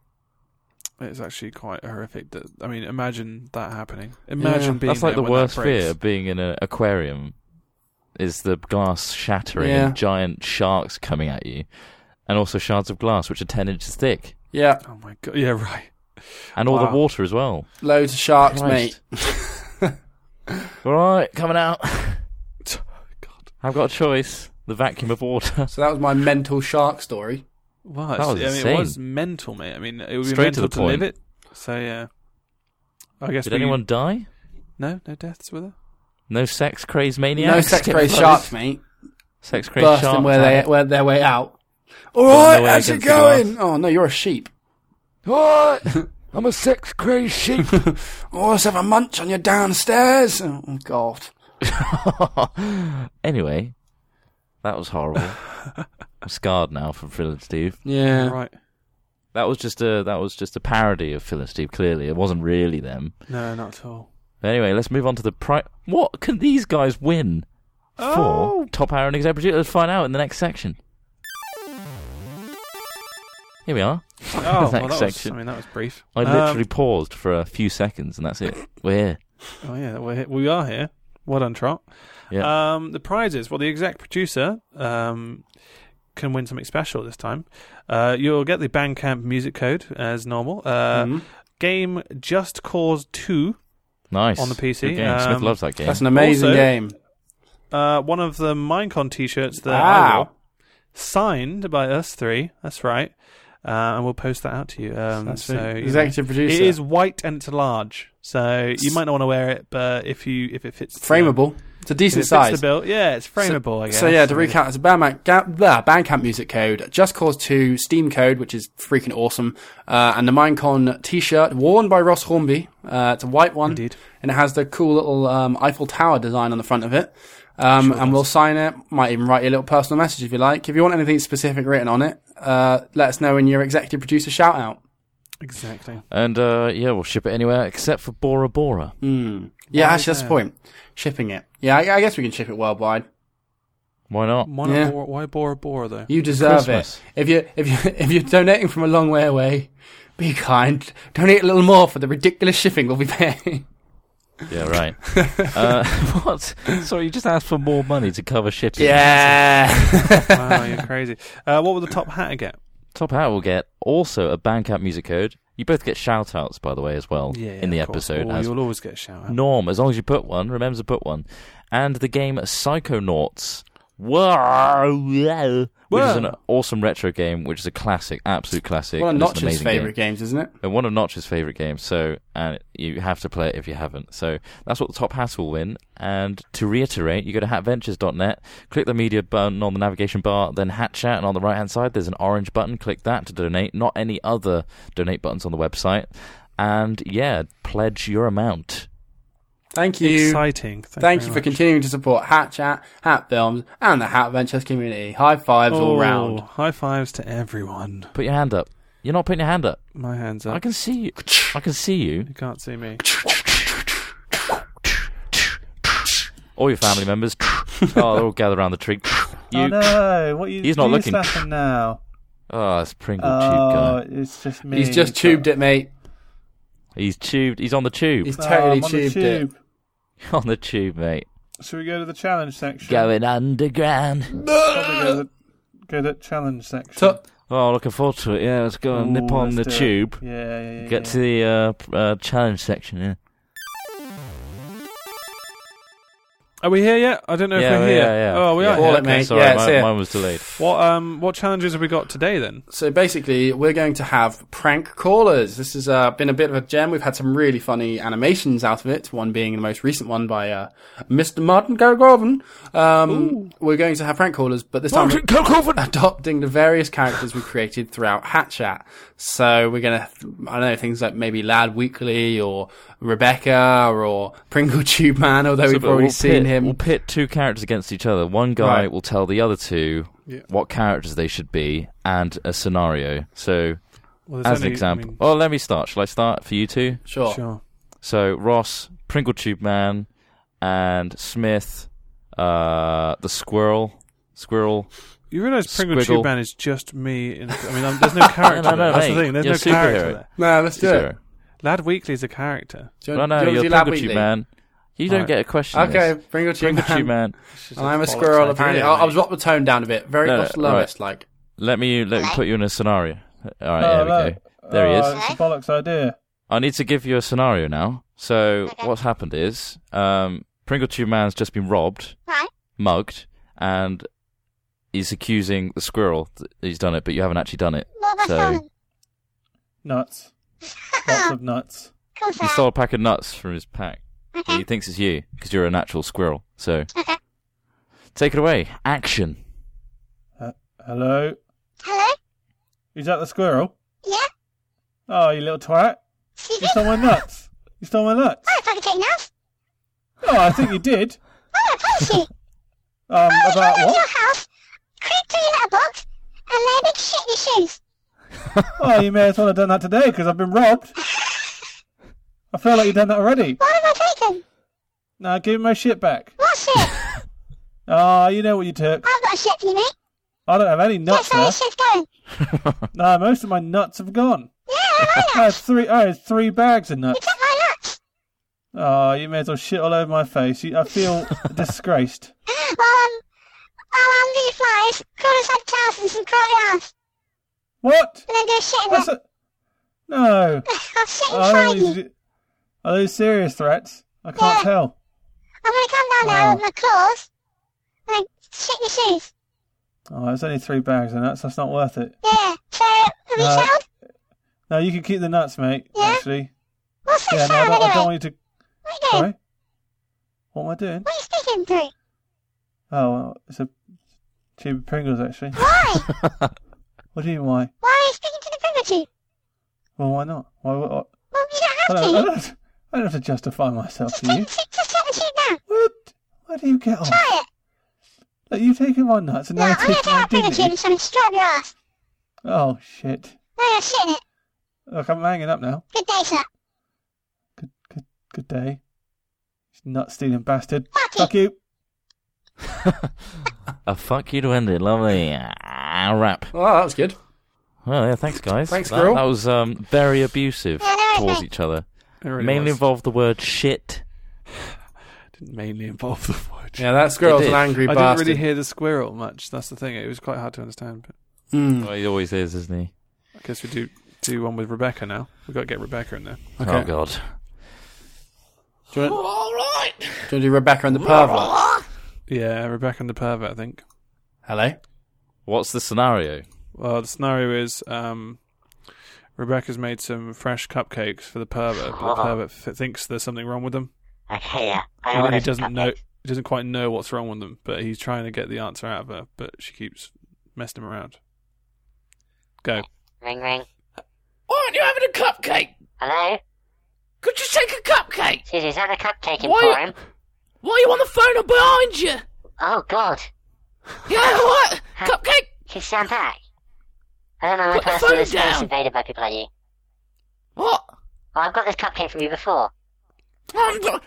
A: It's actually quite horrific. That I mean, imagine that happening. Imagine
C: Yeah.
A: being
B: That's like
A: there
B: the
A: when that
B: worst
A: breaks.
B: fear, being in an aquarium, is the glass shattering
C: Yeah.
B: and giant sharks coming at you, and also shards of glass which are ten inches thick,
C: Yeah,
A: Oh my god! Yeah, right.
B: and all
A: Wow.
B: the water as well.
C: loads of sharks, mate.
B: Christ. all right, coming out.
A: Oh, God.
B: I've got a choice: the vacuum of water.
C: So that was my mental shark story.
A: Wow,
B: That
A: it's-
B: was
A: I mean, it
B: insane.
A: was mental, mate. I mean, it would be
B: Straight to
A: mental
B: the
A: to,
B: point.
A: live it. So yeah, I guess
B: Did
A: we-
B: anyone die?
A: No, no deaths with her.
B: No sex craze maniacs.
C: No sex
B: Get
C: craze
B: those.
C: sharks, mate.
B: Sex craze
C: Bursting
B: sharks.
C: where they
B: out.
C: where their way out. All
B: Burn
C: right,
B: their way
C: how's it
B: against the glass.
C: going? Oh no, you're a sheep.
B: All right, I'm a sex craze sheep.
C: Oh, let's have a munch on your downstairs. Oh oh, God.
B: anyway, that was horrible. I'm scarred now from Phil and Steve.
C: Yeah.
A: Right?
B: That was just a that was just a parody of Phil and Steve. Clearly, it wasn't really them.
A: No, not at all.
B: But anyway, let's move on to the pri What can these guys win for
A: Oh.
B: top hour and executive? Let's find out in the next section. Here we are.
A: Oh, well, that
B: Next
A: was,
B: section.
A: I mean, that was brief.
B: I
A: Um,
B: literally paused for a few seconds, and that's it. We're here.
A: Oh yeah, we're, he- we are here. Well done, Trot.
B: Yeah.
A: Um, the prizes. Well, the exec producer um, can win something special this time. Uh, you'll get the Bandcamp music code as normal. Uh,
C: Mm-hmm.
A: Game Just Cause Two.
B: nice
A: on the PC,
B: Good game. Smith
A: um,
B: loves that game.
C: That's an amazing
A: Also-
C: game.
A: Uh, one of the Minecon T-shirts that I wore,
C: Wow.
A: signed by us three. That's right. Uh, and we'll post that out to you. Um,
C: That's
A: so
C: it.
A: you know.
C: Executive producer.
A: It is white and it's large, so you might not want to wear it, but if you if it fits the-
C: Frameable. It's a
A: if it
C: decent
A: fits the
C: size.
A: bill, yeah, it's
C: So-
A: frameable. I guess.
C: So yeah, to
A: I mean,
C: recap, it's a Bandcamp, Ga- blah, Bandcamp music code, Just Cause 2 Steam code, which is freaking awesome, uh, and the Minecon t-shirt worn by Ross Hornby. Uh, it's a white one,
A: Indeed.
C: and it has the cool little um, Eiffel Tower design on the front of it. Um, and we'll sign it. Might even write you a little personal message if you like. If you want anything specific written on it, uh, let us know in your executive producer shout out.
A: exactly.
B: and uh, yeah, we'll ship it anywhere except for Bora Bora.
C: Yeah, actually, that's the point. Shipping it. Yeah, I, I guess we can ship it worldwide.
B: Why not?
A: Why,
C: Yeah.
A: not Bora, why Bora Bora though?
C: You deserve
B: Christmas.
C: it. If you if you if you're donating from a long way away, Be kind. Donate a little more for the ridiculous shipping we'll be paying.
B: Yeah, right. uh, what? Sorry, you just asked for more money to cover shipping.
C: yeah.
A: wow, you're crazy. Uh, what would the top hat get?
B: Top Hat will get also a Bandcamp music code. You both get shout outs, by the way, as well in the
A: of course.
B: episode.
A: Or
B: as
A: you'll always get a shout out.
B: Norm, as long as you put one, remember to put one. And the game Psychonauts. Whoa! Which is an awesome retro game, which is a classic, absolute classic.
C: One of
B: and it's an
C: Notch's
B: amazing
C: favourite
B: game.
C: games, isn't it?
B: And one of Notch's favourite games, so uh, you have to play it if you haven't. So that's what the top hat will win. And to reiterate, you go to hatventures.net, click the media button on the navigation bar, then hat chat, and on the right hand side there's an orange button. Click that to donate, not any other donate buttons on the website. And yeah, pledge your amount.
C: Thank you.
A: Exciting. Thank,
C: Thank
A: very
C: you for
A: much.
C: continuing to support Hat Chat, Hat Films, and the Hat Ventures community. High fives all
A: Oh,
C: round.
A: High fives to everyone.
B: Put your hand up. You're not putting your hand up.
A: My hands
B: I
A: up.
B: can see you. I can see you.
A: You can't see me.
B: All your family members. oh, they're all gathered around the tree. You.
D: oh no! What you?
B: He's not
D: you
B: looking.
D: slapping now.
B: Oh, it's Pringle
D: Oh,
B: tube guy.
D: it's just me.
C: He's just tubed it, mate.
B: He's tubed. He's on the tube.
C: He's
D: Oh,
C: totally
D: I'm on the
C: tubed it.
D: tube.
B: on the tube, mate.
D: Should we go to the challenge section?
B: Going underground.
D: Probably go, to the, go to the challenge section.
C: So,
B: Oh, looking forward to it. Yeah, let's go and nip
D: Ooh,
B: on the
D: let's do it.
B: tube.
D: Yeah, yeah, yeah.
B: Get
D: yeah.
B: to the uh, p- uh, challenge section. Yeah.
A: Are we here yet? I don't know
B: yeah,
A: if we're
B: yeah,
A: here.
B: yeah, yeah.
A: Oh, we
B: yeah,
A: are.
C: Call
B: yeah,
C: it, mate.
B: Sorry,
C: Yeah, it's
B: mine,
C: here.
B: mine was delayed.
A: What um what challenges have we got today then?
C: so basically, we're going to have prank callers. This has uh, been a bit of a gem. We've had some really funny animations out of it. One being the most recent one by uh, Mr. Martin Gargoven. Um, we're going to have prank callers, but this time we're adopting the various characters we created throughout Hat Chat. So we're gonna, I don't know, things like maybe Lad Weekly or Rebecca or Pringle Tube Man. Although we've
B: But
C: already
B: we'll
C: seen
B: pit,
C: him.
B: We'll pit two characters against each other. One guy
C: Right.
B: will tell the other two what characters they should be and a scenario. So,
A: Well, there's
B: as an
A: only- I
B: example,
A: mean,
B: oh, let me start. Shall I start for you two?
C: Sure.
A: sure.
B: So Ross, Pringle Tube Man, and Smith, uh, the squirrel, squirrel.
A: You realise Pringle
B: Squiggle.
A: Tube Man is just me. In, I mean, I'm, there's no character.
B: No, no,
A: there.
B: no,
A: That's
B: mate.
A: the thing. There's
B: You're
A: no character
B: superhero.
A: there.
C: No, let's do it.
B: Zero.
A: Lad Weekly is a character.
C: Do you
B: No,
C: want- do
B: no,
C: you want
B: you're
C: to do Lad
B: Pringle
C: Weekly?
B: Tube Man. You don't
A: Alright.
B: get a question. in
C: Okay,
B: this.
C: Pringle Tube
B: Pringle Tube
C: Man.
B: Man.
C: And I'm a squirrel, apparently. I, I was dropped the tone down a bit. Very
B: No, no,
C: much lowest, like.
B: Let me let me put you in a scenario. All right,
D: Oh,
B: here we
D: no.
B: go. There he
D: oh,
B: is.
D: It's a bollocks idea.
B: I need to give you a scenario now. So what's happened is, um, Pringle Tube Man's just been robbed,
E: Right.
B: mugged, and he's accusing the squirrel that he's done it, but you haven't actually done it.
E: What was
B: So-
E: fun?
D: Nuts. Lots of nuts.
E: Cool
B: He
E: sound.
B: stole a pack of nuts from his pack.
E: Okay.
B: He thinks it's you because you're a natural squirrel. So
E: Okay.
B: take it away. Action.
D: Hello.
E: Hello?
D: Is that the squirrel?
E: Yeah?
D: Oh, you little twat. You
E: Stupid?
D: stole my nuts. You stole my nuts.
E: Oh, fucking take enough.
D: Oh, I think you did.
E: Oh, I praise you.
D: Um,
E: I was
D: about
E: in
D: what?
E: your house, creep to your letterbox, and lay a big shit in your shoes.
D: Oh, you may as well have done that today because I've been robbed. I feel like you've done that already.
E: What have I taken?
D: Now give me my shit back.
E: What shit?
D: Ah, you know what you took.
E: I've got a shit for you, mate.
D: I don't have any nuts
E: That's how
D: now.
E: your shit's going.
D: No, most of my nuts have gone.
E: Yeah, I like that.
D: I had three. I had three bags of
E: You
D: nuts.
E: took my nuts.
D: Oh, you may as well shit all over my face. You, I feel disgraced.
E: While I'm, while I'm doing flies, crawl inside towels and some crawly arms,
D: What?
E: and then do a shit in
D: What's Oh,
E: there.
D: a... No.
E: I'll shit
D: I don't
E: inside you.
D: want you to do- Are those serious threats? I can't
E: Yeah.
D: tell.
E: I'm gonna come down
D: Wow.
E: now with my claws, and then shit your shoes.
D: Oh, it's only three bags of nuts. That's not worth it.
E: Yeah. So, have you
D: No.
E: shelled?
D: No, you can keep the nuts, mate.
E: Yeah?
D: Actually,
E: What's that
D: yeah. No, I
E: sound
D: don't, I don't
E: anyway?
D: want you to.
E: What are you doing?
D: Sorry. What am I doing?
E: What are you speaking through?
D: Oh, well, it's a tube of Pringles, actually.
E: Why?
D: What do you mean? Why?
E: Why are you speaking to the primitive?
D: Well, why not? Why? why, why?
E: Well, you
D: I, don't,
E: don't have
D: I,
E: to.
D: don't, I don't have to justify myself to Oh. you.
E: Take, take, just take the tube now.
D: What? Why do you get on?
E: Try it.
D: Look, you've taken my nuts and
E: No,
D: now
E: I'm
D: you're
E: gonna
D: taking
E: take
D: my
E: out the tube
D: dignity.
E: and try and strap your ass.
D: Oh shit!
E: No, you're shitting it.
D: Look, I'm hanging up now.
E: Good day, sir.
D: Good, good, good day. Nut stealing bastard.
E: Fuck you.
D: Fuck you.
B: A fuck you to end it. Lovely. Ah, rap.
C: Oh, that was good.
B: Well, yeah, thanks, guys.
C: Thanks,
B: that,
C: girl.
B: that was um, very abusive towards each other.
A: It really
B: Mainly
A: was.
B: involved the word shit.
A: mainly involved the word.
C: Yeah, that squirrel's
B: It
C: an
B: did.
A: I
C: angry
A: didn't
C: bastard.
A: really hear the squirrel much. That's the thing. It was quite hard to understand. But
C: Mm.
B: Well, he always is, isn't he?
A: I guess we do do one with Rebecca now. We've got to get Rebecca in there.
C: Okay.
B: Oh, God.
C: Do you want to do Rebecca and the pervert?
A: Yeah, Rebecca and the pervert. I think.
C: Hello.
B: What's the scenario?
A: Well, the scenario is um, Rebecca's made some fresh cupcakes for the pervert, but the pervert f- thinks there's something wrong with them,
E: Okay, yeah. I
A: even
E: ordered
A: he doesn't know,
E: cupcakes.
A: he doesn't quite know what's wrong with them. But he's trying to get the answer out of her, but she keeps messing him around. Go.
E: Ring ring.
F: Why aren't you having a cupcake?
E: Hello?
F: Could you take a cupcake?
E: Susie's at a cupcake
F: Why-
E: emporium.
F: Why are you on the phone? I'm behind you.
E: Oh, God.
F: Yeah, what? Cupcake?
E: She's stand back. I don't know my
F: Put the
E: personal
F: phone
E: space
F: down.
E: invaded by people like you.
F: What?
E: Well, I've got this cupcake from you before.
F: I'm go- Um,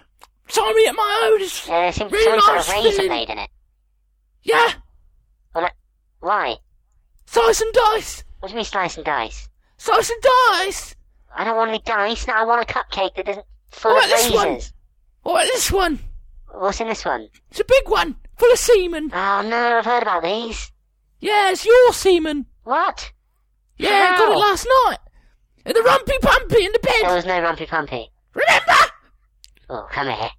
F: sorry at my own. It's-
E: Yeah, there seems to be some
F: Really
E: sort of
F: nice
E: razor
F: feeling.
E: blade in it.
F: Yeah,
E: Well, that, why?
F: slice and dice.
E: What do you mean slice and dice?
F: Slice and dice.
E: I don't want any dice. No, I want a cupcake that isn't full
F: What
E: of
F: about this one?
E: razors.
F: All right, this one.
E: What's in this one?
F: It's a big one, full of semen.
E: Oh no, I've heard about these.
F: Yeah, it's your semen.
E: What?
F: Yeah, I got it
E: How?
F: last night. And the rumpy pumpy in the
E: There
F: bed.
E: was no rumpy pumpy.
F: Remember?
E: Oh, come here.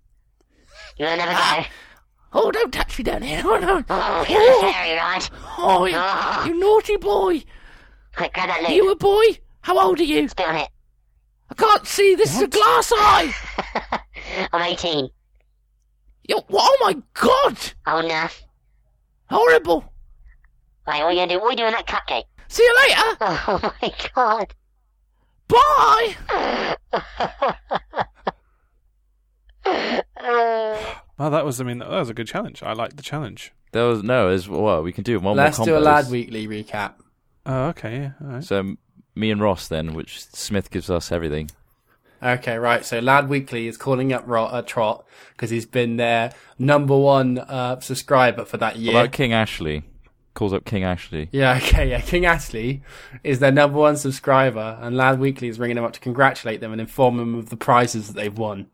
E: You'll never know.
F: Oh, don't touch me down here. Oh, no.
E: Oh, you're a fairy ride.
F: Oh, you,
E: Ah.
F: you naughty boy.
E: Quick, grab that
F: Are
E: loop.
F: you a boy? How old are you?
E: Spit on it.
F: I can't see. This is a glass eye.
E: I'm 18.
F: Yo, oh my god!
E: Oh, no.
F: Horrible.
E: Right, what are you gonna do? What are you doing that cupcake?
F: See you later.
E: Oh my god.
F: Bye.
A: Well, that was. I mean, that was a good challenge. I liked the challenge.
B: There was no. There's well, we can do one
C: Let's
B: more.
C: do a
B: combos.
C: lad weekly recap.
A: Oh, okay. Yeah, all right.
B: So m- me and Ross then, which Smith gives us everything.
C: Okay, right. So Lad Weekly is calling up Rot, uh, Trot because he's been their number one uh, subscriber for that year.
B: What About King Ashley calls up King Ashley.
C: yeah, okay, yeah. King Ashley is their number one subscriber, and Lad Weekly is ringing them up to congratulate them and inform them of the prizes that they've won.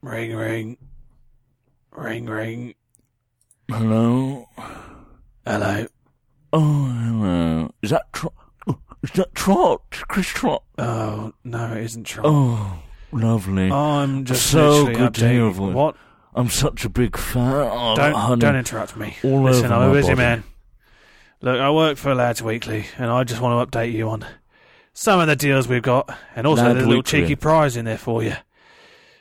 A: Ring, ring, ring, ring.
B: Hello.
A: Hello.
B: Oh, hello. Is that Trot? Is that Trot? Chris Trot?
A: Oh Uh, no, it isn't true.
B: Oh, lovely.
A: I'm just
B: So
A: literally
B: good to hear
A: updating-
B: a voice.
A: What?
B: I'm such a big fan. Oh,
A: Don't
B: honey.
A: don't interrupt me.
B: all
A: Listen,
B: over
A: I'm a
B: my
A: busy
B: body.
A: man. Look, I work for Lads Weekly, and I just want to update you on some of the deals we've got, and also
B: Lad
A: there's a little
B: Weekly.
A: cheeky prize in there for you.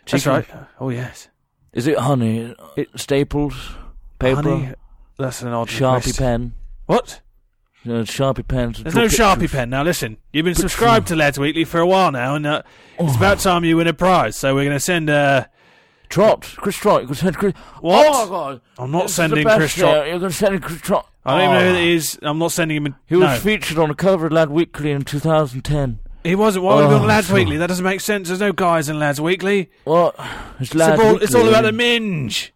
A: That's
B: Cheeky-
A: right. Oh yes,
B: Is it honey? It staples, paper,
A: honey. That's an odd
B: sharpie
A: request.
B: pen.
A: What?
B: Uh, sharpie pen. to
A: There's
B: draw
A: no
B: pictures.
A: sharpie pen. Now listen, you've been subscribed to Lads Weekly for a while now, and uh, it's
B: Oh.
A: about time you win a prize. So we're going to send uh,
B: Trot, Chris Trot. You can send Chris.
A: What?
B: Oh my god!
A: I'm not
B: This is
A: sending
B: the best
A: Chris Trot.
B: there. You're going to send Chris Trot.
A: I don't
B: Oh.
A: even know who that is. I'm not sending him. A,
B: He was
A: uh, no.
B: featured on the cover of Lad Weekly in 2010.
A: He wasn't. Why would he be
B: Oh,
A: on Lads
B: sure.
A: Weekly? That doesn't make sense. There's no guys in Lads Weekly.
B: What? It's
A: It's,
B: Lad
A: about,
B: Weekly.
A: it's all about the minge.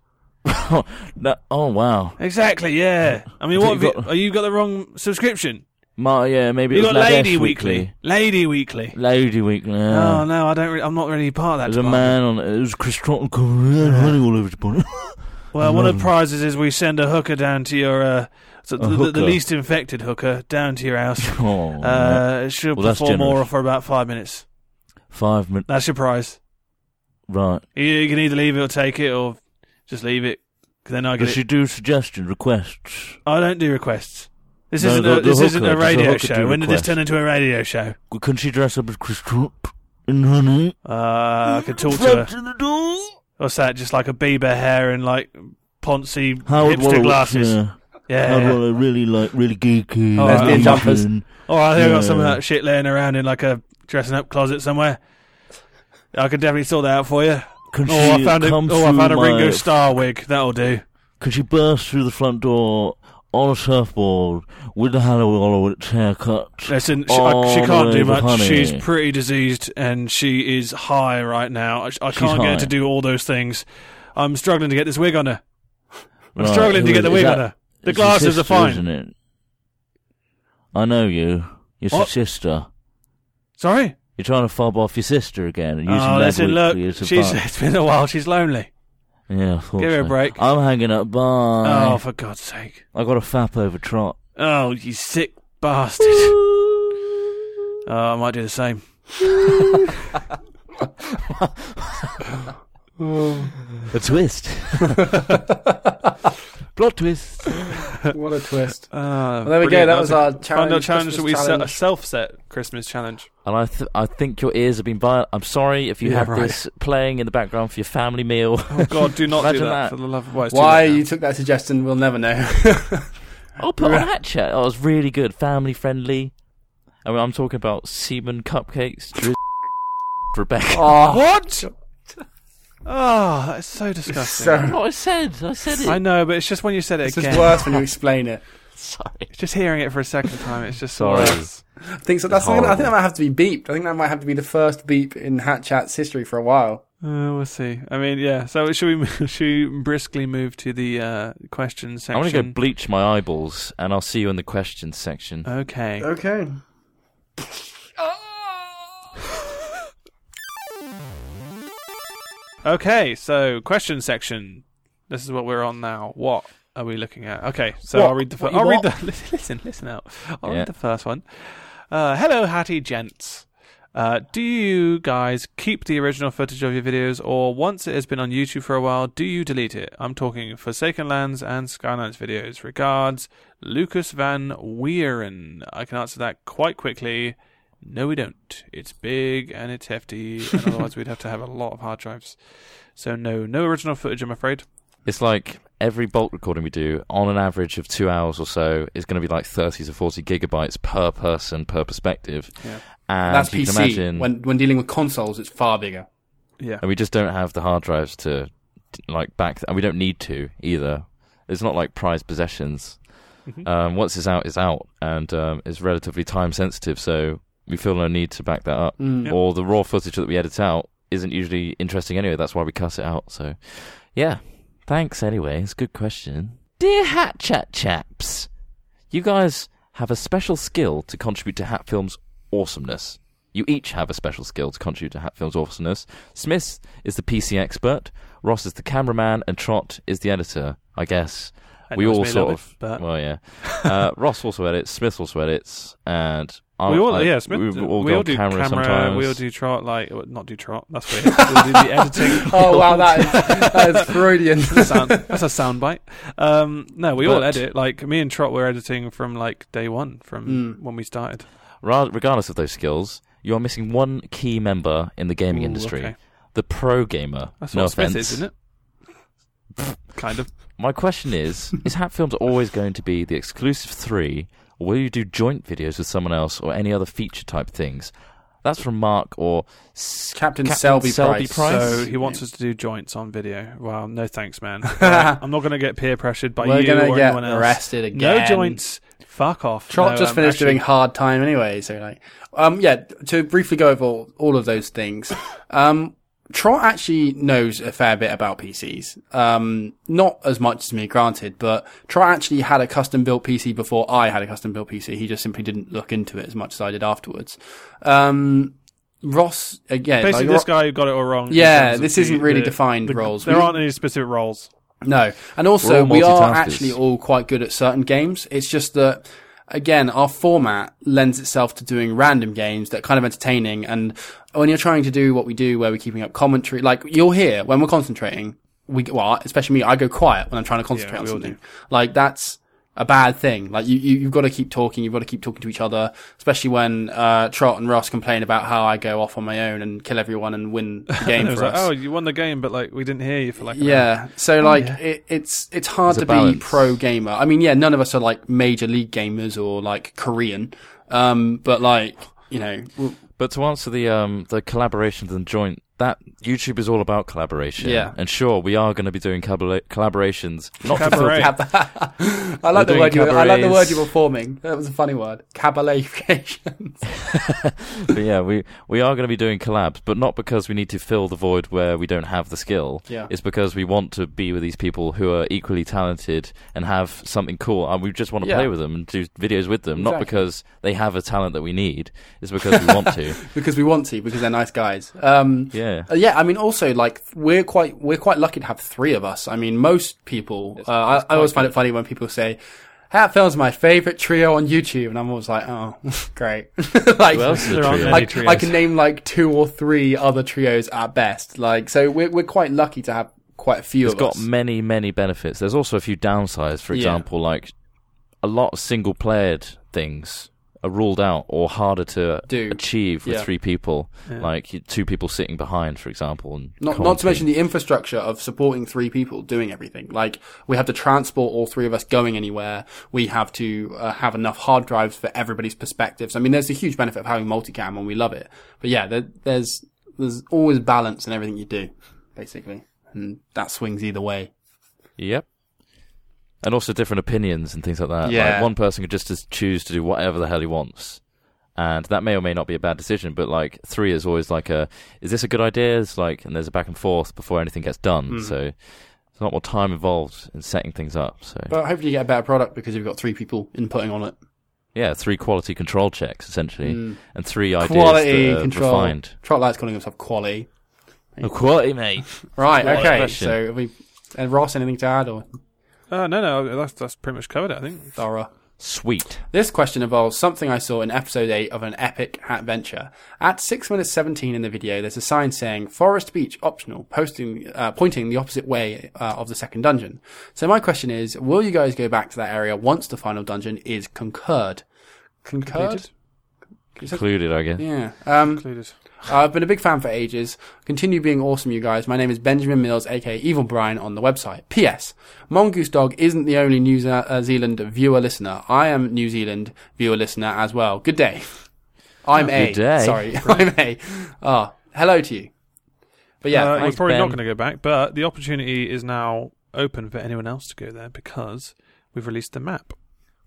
B: No- oh wow!
A: Exactly. Yeah. I mean,
B: I
A: what? have
B: think
A: you,
B: you got-
A: oh, you got the wrong subscription.
B: My yeah, maybe
A: You
B: it was
A: got
B: Lad
A: Lady
B: S
A: Weekly. Lady Weekly.
B: Lady Weekly.
A: Oh
B: Yeah.
A: no, I don't. Really, I'm not really part of that.
B: There's a
A: department.
B: man on it. It was Chris Trot on the cover. He had honey all over the body.
A: Well, one of
B: Um,
A: the prizes is we send a hooker down to your, uh, so the, the, the
B: hooker.
A: least infected hooker down to your house.
B: Oh,
A: Uh, she'll
B: Well, that's
A: perform
B: generous.
A: oral for about five minutes.
B: five minutes.
A: That's your prize.
B: Right.
A: You, you can either leave it or take it, or just leave it. 'Cause Then I get
B: Does
A: it.
B: she do suggestions, requests?
A: I don't do requests. This
B: No,
A: isn't
B: the-
A: a,
B: the
A: this isn't
B: hooker-
A: a
B: does the
A: radio
B: hooker
A: show.
B: do
A: When did this
B: requests?
A: turn into a radio show?
B: Can she dress up as Chris Trot and honey?
A: Uh, I could talk to
B: Flap
A: her.
B: to the door.
A: What's that? Just like a Bieber hair and like poncy
B: Howard
A: hipster
B: Wallach,
A: glasses.
B: yeah.
A: Yeah.
B: Howard Wallach, really like really geeky.
A: Oh, Lesbian
B: Asian.
C: jumpers.
A: All right, Oh, I think I got some of
B: Yeah.
A: that shit laying around in like a dressing up closet somewhere. I could definitely sort that out for you.
B: Can
A: Oh, I
B: she
A: found a,
B: come
A: oh, I
B: through
A: found a Ringo
B: my-
A: Starr wig. That'll do.
B: Can she burst through the front door on a surfboard with the Halloween Hollywood haircut?
A: Listen, she, I, she
B: all
A: can't
B: the
A: do
B: way with
A: much.
B: Oh, honey?
A: She's pretty diseased and she is high right now. I, I
B: She's
A: can't get her
B: high.
A: to do all those things. I'm struggling to get this wig on her. I'm
B: Right,
A: struggling
B: who
A: to get
B: is-
A: the
B: is
A: wig
B: that-
A: on her. The
B: it's your
A: glasses are
B: sister,
A: fine.
B: Isn't it? I know you.
F: It's
A: What?
F: your sister.
A: Sorry.
F: You're trying to fob off your sister again and using
A: Oh,
F: that
A: listen,
F: week
A: look.
F: for you to
A: She's,
F: fuck.
A: it's been a while. She's lonely.
F: Yeah, I thought
A: Give her a
F: so.
A: break.
F: I'm hanging up.
A: Oh,
F: Bye.
A: for God's sake.
F: I got a fap over trot.
A: Oh, you sick bastard. Oh, I might do the same.
B: A twist. Plot twist.
C: What a twist.
A: Uh,
C: there we go,
A: brilliant.
C: that was
A: a
C: our
A: Final challenge
C: challenge,
A: that
C: Christmas
A: we set, a
C: challenge.
A: self-set Christmas challenge.
B: And I, th- I think your ears have been. Bi- I'm sorry if you
A: Yeah,
B: had
A: right.
B: this playing in the background for your family meal.
A: Oh God, do not do
B: Imagine
A: that,
B: that.
A: for the love of well, it's too
C: Why
A: late now.
C: you took that suggestion, we'll never know.
B: I'll put on Hatchet. Oh, it was really good, family friendly. I mean, I'm talking about semen cupcakes. Dri- Rebecca.
C: oh,
A: What? Oh, that's so disgusting.
C: so,
B: What I said, I said it.
A: I know, but it's just when you said it
C: it's
A: again.
C: just worse when you explain it.
B: Sorry.
A: Just hearing it for a second time, it's just
B: Sorry.
A: worse.
C: I think so. That's
B: horrible.
C: I think that might have to be beeped. I think that might have to be the first beep in Hat Chat's history for a while.
A: Uh, we'll see. I mean, yeah. So should we should we briskly move to the uh, question
B: I'm
A: section?
B: gonna go bleach my eyeballs, and I'll see you in the questions section.
A: Uh. okay.
B: Uh.
C: Okay.
A: Okay. So question section. This is what we're on now. What are we looking at? Okay. So
C: What?
A: I'll read the. Fir-
C: What you
A: I'll read
C: want?
A: the. Listen. Listen out. I'll
B: Yeah.
A: read the first one. Uh, hello, Hattie gents. Uh, do you guys keep the original footage of your videos, or once it has been on YouTube for a while, do you delete it? I'm talking Forsaken Lands and Skylines videos. Regards, Lucas Van Weeren. I can answer that quite quickly. No, we don't. It's big and it's hefty, and otherwise we'd have to have a lot of hard drives. So no, no original footage, I'm afraid.
B: It's like every bulk recording we do, on an average of two hours or so, is going to be like 30 to 40 gigabytes per person per perspective.
A: Yeah.
B: And
C: That's
B: you
C: PC.
B: can imagine,
C: When when dealing with consoles, it's far bigger.
A: Yeah.
B: and we just don't have the hard drives to like back, and we don't need to either. It's not like prized possessions. Um, once it's out, it's out, and um, it's relatively time sensitive, so we feel no need to back that up.
A: Yep.
B: Or the raw footage that we edit out isn't usually interesting anyway. That's why we cuss it out. So, yeah. Thanks anyway. It's a good question. Dear Hat Chat chaps, you guys have a special skill to contribute to Hat Film's awesomeness. You each have a special skill to contribute to Hat Film's awesomeness. Smith is the PC expert, Ross is the cameraman, and Trot is the editor, I guess.
A: That
B: we
A: annoys
B: all
A: me a
B: sort
A: little
B: of.
A: bit, but-
B: Well, yeah. Uh, Ross also edits, Smith also edits, and. I-
A: we all,
B: I-
A: yeah, Smith,
B: we've
A: we
B: all
A: all,
B: got
A: do
B: camera,
A: camera,
B: sometimes.
A: we all do trot, like, well, not do trot, that's weird. we'll do the editing.
C: Oh wow, that is, that is Freudian.
A: Sound, that's a soundbite. Um, no, we all
B: But-
A: edit. Like, me and Trot were editing from, like, day one, from when we started.
B: Ra- regardless of those skills, you are missing one key member in the gaming
A: Ooh,
B: industry:
A: okay.
B: the pro gamer.
A: That's
B: no
A: what Smith
B: offense.
A: is, isn't it? kind of.
B: My question is: Is Hat Films always going to be the exclusive three, or will you do joint videos with someone else, or any other feature type things? That's from Mark or S-
C: Captain Selby Price.
A: So
C: Nice.
A: he wants us to do joints on video. Well, no thanks, man. Right, I'm not going to get peer pressured by
C: We're
A: you
C: gonna
A: or
C: get
A: anyone else.
C: arrested
A: No
C: again.
A: joints. Fuck off.
C: Trot
A: No,
C: just
A: um,
C: finished
A: actually-
C: doing hard time anyway, so like, um, yeah. To briefly go over all, all of those things, um, Trot actually knows a fair bit about PCs. Um, not as much as me, granted, but Trot actually had a custom built PC before I had a custom built PC. He just simply didn't look into it as much as I did afterwards. Um, Ross again,
A: Basically,
C: like,
A: this guy who got it all wrong. in
C: Yeah,
A: terms of
C: this
A: the-
C: isn't really
A: the-
C: defined
A: the-
C: roles.
A: There
C: We-
A: aren't any specific roles.
C: No, and also
B: We're all
C: we are
B: multitaskers.
C: actually all quite good at certain games. It's just that again, our format lends itself to doing random games that are kind of entertaining. And when you're trying to do what we do, where we're keeping up commentary, like you'll hear when we're concentrating, we well, especially me, I go quiet when I'm trying to concentrate on
A: we all do.
C: something. Like that's a bad thing. Like you, you, you've got to keep talking. You've got to keep talking to each other, especially when uh, Trot and Ross complain about how I go off on my own and kill everyone and win the game
A: And it
C: for
A: was like,
C: us.
A: oh, you won the game, but like we didn't hear you for like. an hour.
C: Yeah. So like It, it's it's hard
B: Oh, There's a
C: to be
B: balance.
C: pro gamer. I mean, yeah, none of us are like major league gamers or like Korean. Um, but like you know, w-
B: But to answer the um the collaboration and joint, that YouTube is all about collaboration.
C: Yeah.
B: And sure, we are going to be doing collabora- collaborations, not to fill
A: Cabaret.
B: the-
C: I
B: We're
C: like the
B: doing
C: word. You, I like the
B: cabarets.
C: word you were forming. That was a funny word. Cabalification.
B: but yeah, we we are going to be doing collabs, but not because we need to fill the void where we don't have the skill.
C: Yeah.
B: It's because we want to be with these people who are equally talented and have something cool, and we just want to
C: Yeah.
B: play with them and do videos with them. Not
C: Exactly.
B: because they have a talent that we need. It's because we want to.
C: because we want to. Because they're nice guys. Um,
B: Yeah.
C: Uh, yeah, I mean, also like we're quite we're quite lucky to have three of us. I mean, most people. Uh, I, I always find it funny when people say. Hatfield's my favorite trio on YouTube, and I'm always like, oh, great. like,
B: Who else is a
A: There aren't
B: trio?
A: any.
C: I,
A: trios.
C: I can name like two or three other trios at best. Like, so we're we're quite lucky to have quite a few
B: It's
C: of
B: got
C: us.
B: many many benefits. There's also a few downsides. For
C: Yeah.
B: example, like a lot of single playered things are ruled out or harder to
C: Do.
B: achieve with
C: Yeah.
B: three people,
A: Yeah.
B: like you- two people sitting behind, for example. And
C: Not, not to
B: commenting.
C: mention the infrastructure of supporting three people doing everything. Like we have to transport all three of us going anywhere. We have to uh, have enough hard drives for everybody's perspectives. I mean, there's a huge benefit of having multicam, and we love it. But yeah, there, there's there's always balance in everything you do, basically, and that swings either way.
B: Yep. And also different opinions and things like that.
C: Yeah.
B: Like one person could just as- choose to do whatever the hell he wants. And that may or may not be a bad decision, but like three is always like a is this a good idea? It's like and there's a back and forth before anything gets done.
C: Hmm.
B: So there's a lot more time involved in setting things up. So
C: But hopefully, you get a better product because you've got three people inputting on it.
B: yeah, three quality control checks essentially. And three ideas
C: Hmm. Quality
B: that are
C: control.
B: refined.
C: Trotlight's calling himself quality.
B: Oh, quality, mate.
C: Right.
B: Last
C: Okay.
B: question.
C: So, have we, and Ross, anything to add or
A: Uh, no, no, that's that's pretty much covered it. I think.
C: Dora?
B: Sweet.
C: This question involves something I saw in episode 8 of an epic adventure. At 6 minutes 17 in the video, there's a sign saying Forest Beach optional, posting, uh, pointing the opposite way uh, of the second dungeon. So my question is, will you guys go back to that area once the final dungeon is concurred? Concurred?
B: Included, I guess.
C: Yeah. Um,
A: Included.
C: I've been a big fan for ages. Continue being awesome, you guys. My name is Benjamin Mills, aka Evil Brian, on the website. P.S. Mongoose Dog isn't the only New Ze- uh, Zealand viewer listener. I am New Zealand viewer listener as well. Good day. I'm A.
B: Good day.
C: Sorry, I'm A. Ah, hello to you. But yeah,
A: uh,
C: thank-
A: we're
B: thanks,
A: probably not
B: Ben.
A: going to go back, but the opportunity is now open for anyone else to go there because we've released the map.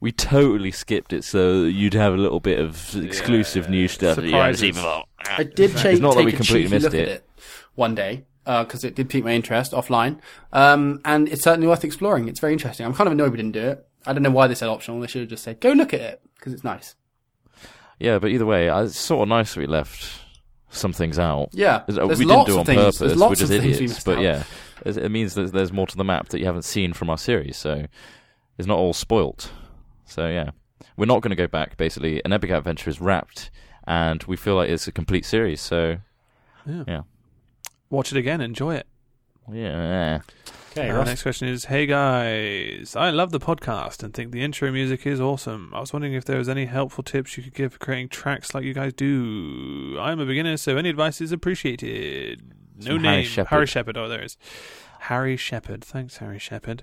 B: We totally skipped it so that you'd have a little bit of exclusive new stuff. that you haven't seen
A: Surprises.
B: before.
C: I did cha-
B: It's not that
C: take
B: we
C: a
B: completely
C: cheeky
B: missed
C: look at
B: it.
C: it one day because it did pique my interest offline, um, and it's certainly worth exploring. It's very interesting. I'm kind of annoyed we didn't do it. I don't know why they said optional. They should have just said go look at it because it's nice.
B: Yeah, but either way, I- it's sort of nice that we left some things out. uh,
C: Yeah,
B: we
C: there's
B: didn't
C: lots
B: do
C: of
B: on
C: things- there's
B: purpose.
C: lots
B: We're just
C: of things we
B: idiots,
C: missed
B: but
C: out.
B: yeah, it it means that there's more to the map that you haven't seen from our series, so it's not all spoilt. So yeah, we're not going to go back. Basically, an epic adventure is wrapped, and we feel like it's a complete series. So
A: Watch it again, enjoy it.
B: yeah,
C: Okay,
A: Our next question is Hey guys, I love the podcast and think the intro music is awesome. I was wondering if there was any helpful tips you could give for creating tracks like you guys do. I'm a beginner, so any advice is appreciated. No
B: Some
A: name.
B: Harry Shepherd.
A: Harry Shepherd. Oh, there it is. Harry Shepherd. Thanks, Harry Shepherd.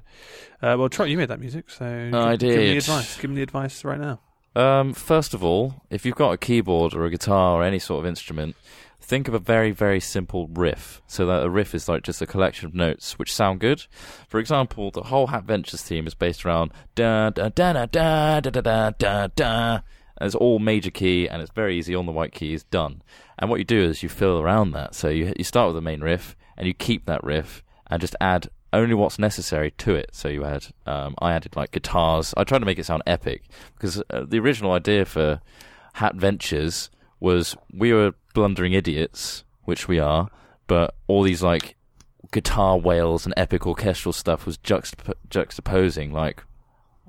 A: Uh, well, Trot, you made that music, so
B: I
A: give, give him the
B: did.
A: advice. Give him the advice right now.
B: Um, first of all, if you've got a keyboard or a guitar or any sort of instrument, think of a very, very simple riff. So that a riff is like just a collection of notes which sound good. For example, the whole Hat Ventures theme is based around da da da da da da da da da da. And it's all major key and it's very easy on the white keys, done. And what you do is you fill around that. So you you start with the main riff and you keep that riff and just add only what's necessary to it. So you add, um, I added like guitars. I tried to make it sound epic because uh, the original idea for Hat Ventures was we were blundering idiots, which we are, but all these like guitar wails and epic orchestral stuff was juxtap- juxtaposing like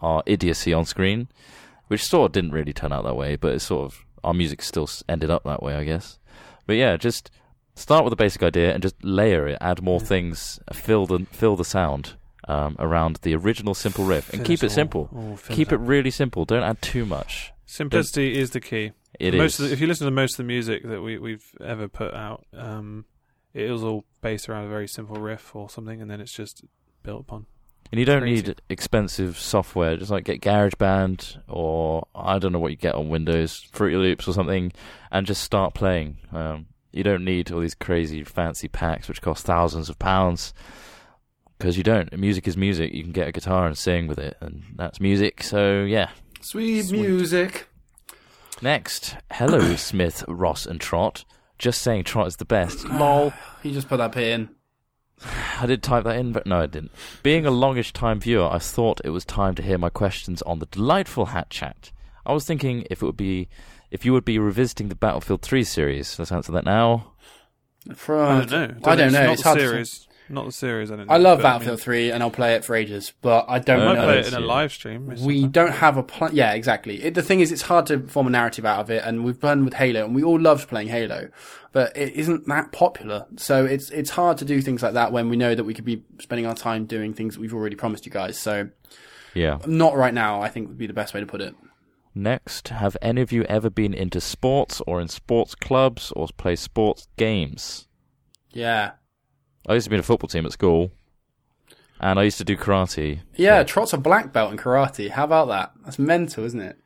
B: our idiocy on screen, which sort of didn't really turn out that way, but it sort of our music still s- ended up that way, I guess. But yeah, just start with a basic idea and just layer it, add more things, fill the fill the sound um, around the original simple riff, and
A: Fill
B: keep
A: us
B: it
A: all-
B: simple.
A: all fill
B: keep
A: it
B: it
A: up.
B: really simple. Don't add too much.
A: Simplicity is the key.
B: It is.
A: most Of the, if you listen to most of the music that we, we've ever put out, um, it was all based around a very simple riff or something, and then it's just built upon.
B: And you don't
A: Crazy.
B: need expensive software. Just like get GarageBand or I don't know what you get on Windows, Fruity Loops or something, and just start playing. Um, you don't need all these crazy fancy packs which cost thousands of pounds. because you don't. Music is music. You can get a guitar and sing with it, and that's music. So yeah.
C: Sweet, music.
B: Next, hello Smith, Ross, and Trot. Just saying, Trot is the best. Lol.
C: He just put that bit in.
B: I did type that in, but no, I didn't. Being a longish time viewer, I thought it was time to hear my questions on the delightful Hat Chat. I was thinking if it would be, if you would be revisiting the Battlefield 3 series. Let's answer that now.
A: I don't know.
C: I don't know.
A: Not
C: It's
A: the
C: hard to-
A: series. Not the series. I don't.
C: I love
A: think, but,
C: Battlefield 3 and I'll play it for ages, but I don't
A: I, mean, I might
C: know.
A: play it in a
B: Yeah.
A: live stream. or
C: we
A: something.
C: don't have a plan. Yeah, exactly. It, the thing is, it's hard to form a narrative out of it, and we've done with Halo, and we all loved playing Halo, but it isn't that popular. So it's it's hard to do things like that when we know that we could be spending our time doing things that we've already promised you guys. So
B: Yeah.
C: not right now, I think would be the best way to put it.
B: Next, have any of you ever been into sports or in sports clubs or play sports games?
C: Yeah,
B: I used to be in a football team at school, and I used to do karate.
C: yeah. Trot's a black belt in karate. How about that? That's mental, isn't it?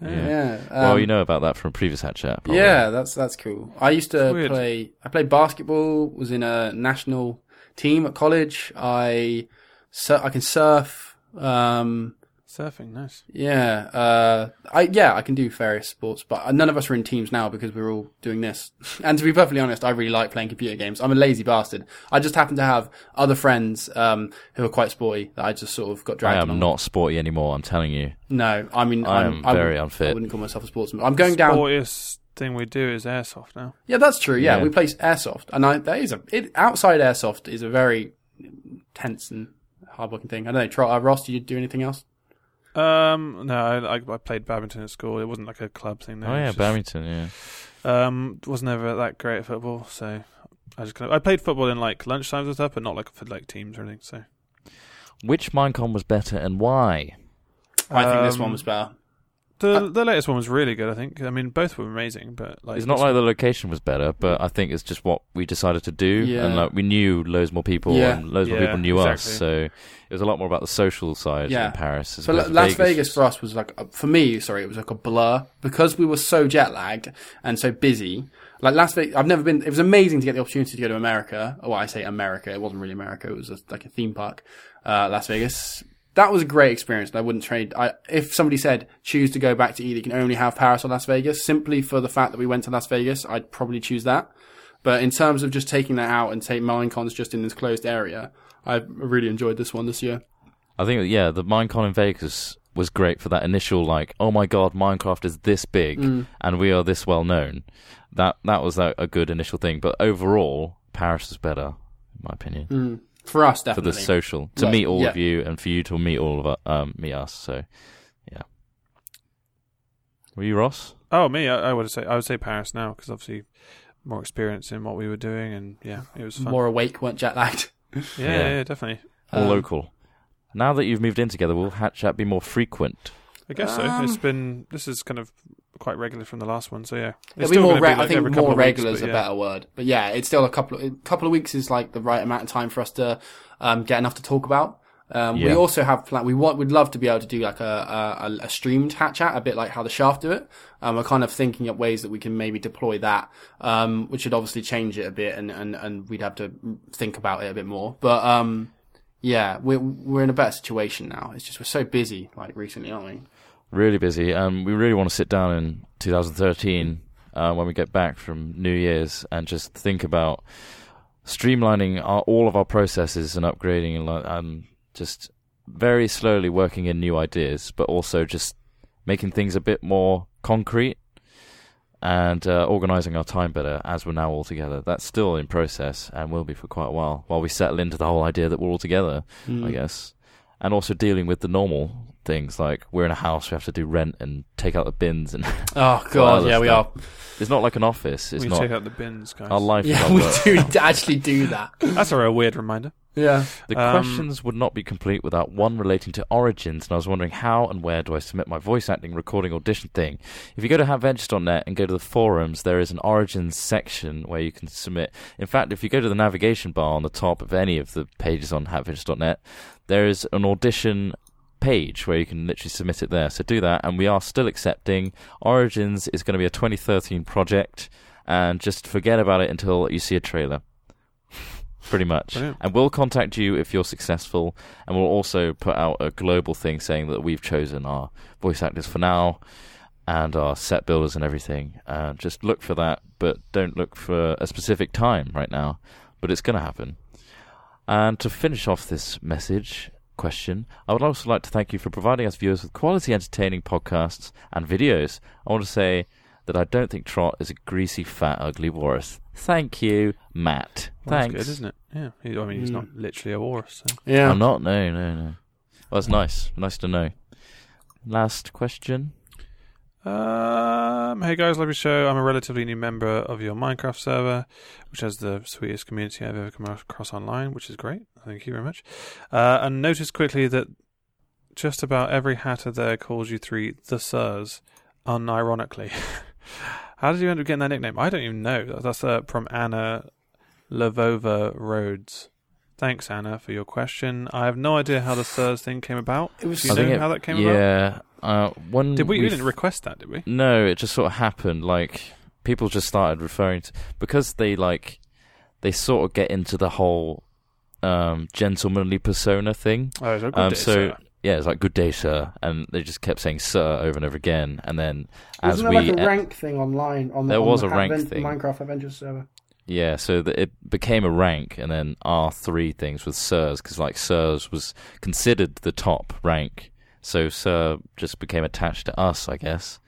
C: Yeah. Um,
B: well, you know about that from a previous Hat Chat. probably.
C: Yeah, that's that's cool. I used to
A: It's weird.
C: play. I played basketball. Was in a national team at college. I sur- I can surf. Um,
A: surfing. Nice.
C: yeah. Uh, I yeah, I can do various sports, but none of us are in teams now because we're all doing this. And to be perfectly honest, I really like playing computer games. I'm a lazy bastard. I just happen to have other friends um, who are quite sporty that I just sort of got
B: I
C: dragged.
B: am
C: along.
B: not sporty anymore. I'm telling you.
C: No, I mean
B: I
C: I'm,
B: am
C: I would-
B: very unfit.
C: I wouldn't call myself a sportsman. I'm going down.
A: Sportiest thing we do is airsoft now.
C: Yeah, that's true. Yeah,
B: Yeah.
C: we play airsoft, and I that is a it outside airsoft is a very tense and hardworking thing. I don't know. Try, uh, Ross, do you do anything else?
A: Um, no, I, I- I played badminton at school. It wasn't like a club thing. Though.
B: oh
A: It
B: yeah,
A: was just-
B: badminton. Yeah.
A: Um, was never that great at football, so I just kind of I played football in like lunchtimes and stuff, but not like for like teams or anything. So
B: Which Minecon was better and why?
C: I think this
A: Um,
C: one was better.
A: the
C: Uh,
A: the latest one was really good. I think. I mean, both were amazing, but like
B: It's not
A: this-
B: like the location was better, but I think it's just what we decided to do,
C: Yeah.
B: and like we knew loads more people,
C: Yeah.
B: and loads more
A: Yeah,
B: people knew us,
A: exactly.
B: so it was a lot more about the social side
C: Yeah.
B: in Paris. as
C: So La-
B: opposed to
C: Las Vegas. for us was like a, for me, sorry, it was like a blur because we were so jet lagged and so busy. Like Las Vegas, I've never been. It was amazing to get the opportunity to go to America. Well, I say America, it wasn't really America. It was a, like a theme park, uh, Las Vegas. That was a great experience, and I wouldn't trade. I, if somebody said choose to go back to either, you can only have Paris or Las Vegas, simply for the fact that we went to Las Vegas, I'd probably choose that. But in terms of just taking that out and take Minecons just in this closed area, I really enjoyed this one this year.
B: I think yeah, the Minecon in Vegas was great for that initial like, oh my god, Minecraft is this big
C: Mm.
B: and we are this well known. That that was like, a good initial thing, but overall, Paris was better, in my opinion,
C: Hmm. For us,
B: for
C: definitely.
B: the social to
C: Well,
B: meet all
C: yeah.
B: of you and for you to meet all of us, um, meet us. So, yeah. Were you Ross?
A: oh me, I, I would say I would say Paris now because obviously more experience in what we were doing, and yeah, it was fun.
C: more awake, weren't jet lagged. Um,
A: yeah,
B: yeah.
A: yeah. yeah, definitely.
B: Or local? Now that you've moved in together, will Hat Chat be more frequent?
A: I guess so.
C: Um,
A: It's been this is kind of quite regular from the last one, so yeah. It's
C: It'll be more.
A: gonna
C: Re- I
A: like
C: think
A: every couple
C: more
A: of weeks,
C: regular is
A: but
C: a
A: yeah.
C: better word, but yeah, it's still a couple. Of, a couple of weeks is like the right amount of time for us to um, get enough to talk about. Um, We
B: Yeah.
C: also have plan. We want. We'd love to be able to do like a a, a- a streamed hat chat, a bit like how the Shaft do it. Um, we're kind of thinking of ways that we can maybe deploy that, um, which would obviously change it a bit, and and and we'd have to think about it a bit more. But um, yeah, we're we're in a better situation now. It's just we're so busy like recently, aren't we?
B: Really busy. Um, we really want to sit down in 2013 uh, when we get back from New Year's and just think about streamlining our, all of our processes and upgrading and like, um, just very slowly working in new ideas, but also just making things a bit more concrete and uh, organizing our time better as we're now all together. That's still in process and will be for quite a while while we settle into the whole idea that we're all together,
A: Oh, Hmm.
B: I guess. And also dealing with the normal things like we're in a house, we have to do rent and take out the bins, and
C: Oh
B: Well,
C: god, yeah, we
B: that's-
C: are.
B: it's not like an office. It's
A: We
B: not
A: take out the bins, guys.
B: our life. is
C: Yeah,
B: our
C: we
B: work.
C: do actually do that.
A: That's a real weird reminder.
C: Yeah.
B: The
A: Um,
B: questions would not be complete without one relating to origins, and I was wondering how and where do I submit my voice acting recording audition thing. If you go to haveventure.net and go to the forums, there is an origins section where you can submit. In fact, if you go to the navigation bar on the top of any of the pages on haveventure.net, there is an audition page where you can literally submit it there. So do that, and we are still accepting. Origins is going to be a 2013 project, and just forget about it until you see a trailer. pretty much.
A: Brilliant.
B: And we'll contact you if you're successful, and we'll also put out a global thing saying that we've chosen our voice actors for now and our set builders and everything. Uh, just look for that, but don't look for a specific time right now. But it's going to happen. And to finish off this message question, I would also like to thank you for providing us viewers with quality, entertaining podcasts and videos. I want to say that I don't think Trot is a greasy, fat, ugly walrus. Thank you, Matt.
A: Well,
B: Thanks.
A: That's good, isn't it? Yeah. He- I
C: Hmm.
A: mean, he's not literally a walrus. So.
C: Yeah.
B: I'm not. No, no, no. Well, that's nice. Nice to know. Last question.
A: Um, hey guys, love your show. I'm a relatively new member of your Minecraft server, which has the sweetest community I've ever come across online, which is great. Thank you very much. Uh, and notice quickly that just about every hatter there calls you three the sirs, unironically. How did you end up getting that nickname? I don't even know. That- That's uh, from Anna Lavova Rhodes. Thanks, Anna, for your question. I have no idea how the sirs thing came about.
C: It was
A: Do you
B: I
A: know
B: think it-
A: how that came about?
B: yeah, Uh, one.
A: Did we, we
B: we've-
A: didn't request that, did we?
B: No, it just sort of happened. Like people just started referring to because they like they sort of get into the whole um, gentlemanly persona thing.
A: Oh, it's a good
B: Um,
A: day,
B: so
A: sir.
B: yeah, it's like good day, sir, and they just kept saying sir over and over again. And then as
G: Wasn't there
B: we e-
G: like a rank thing online on the,
B: There
G: on
B: was
G: the
B: a rank
G: Advent-
B: thing.
G: Minecraft Adventures server?
B: Yeah, so the, it became a rank, and then R three things with sirs because like sirs was considered the top rank, so sir just became attached to us, I guess.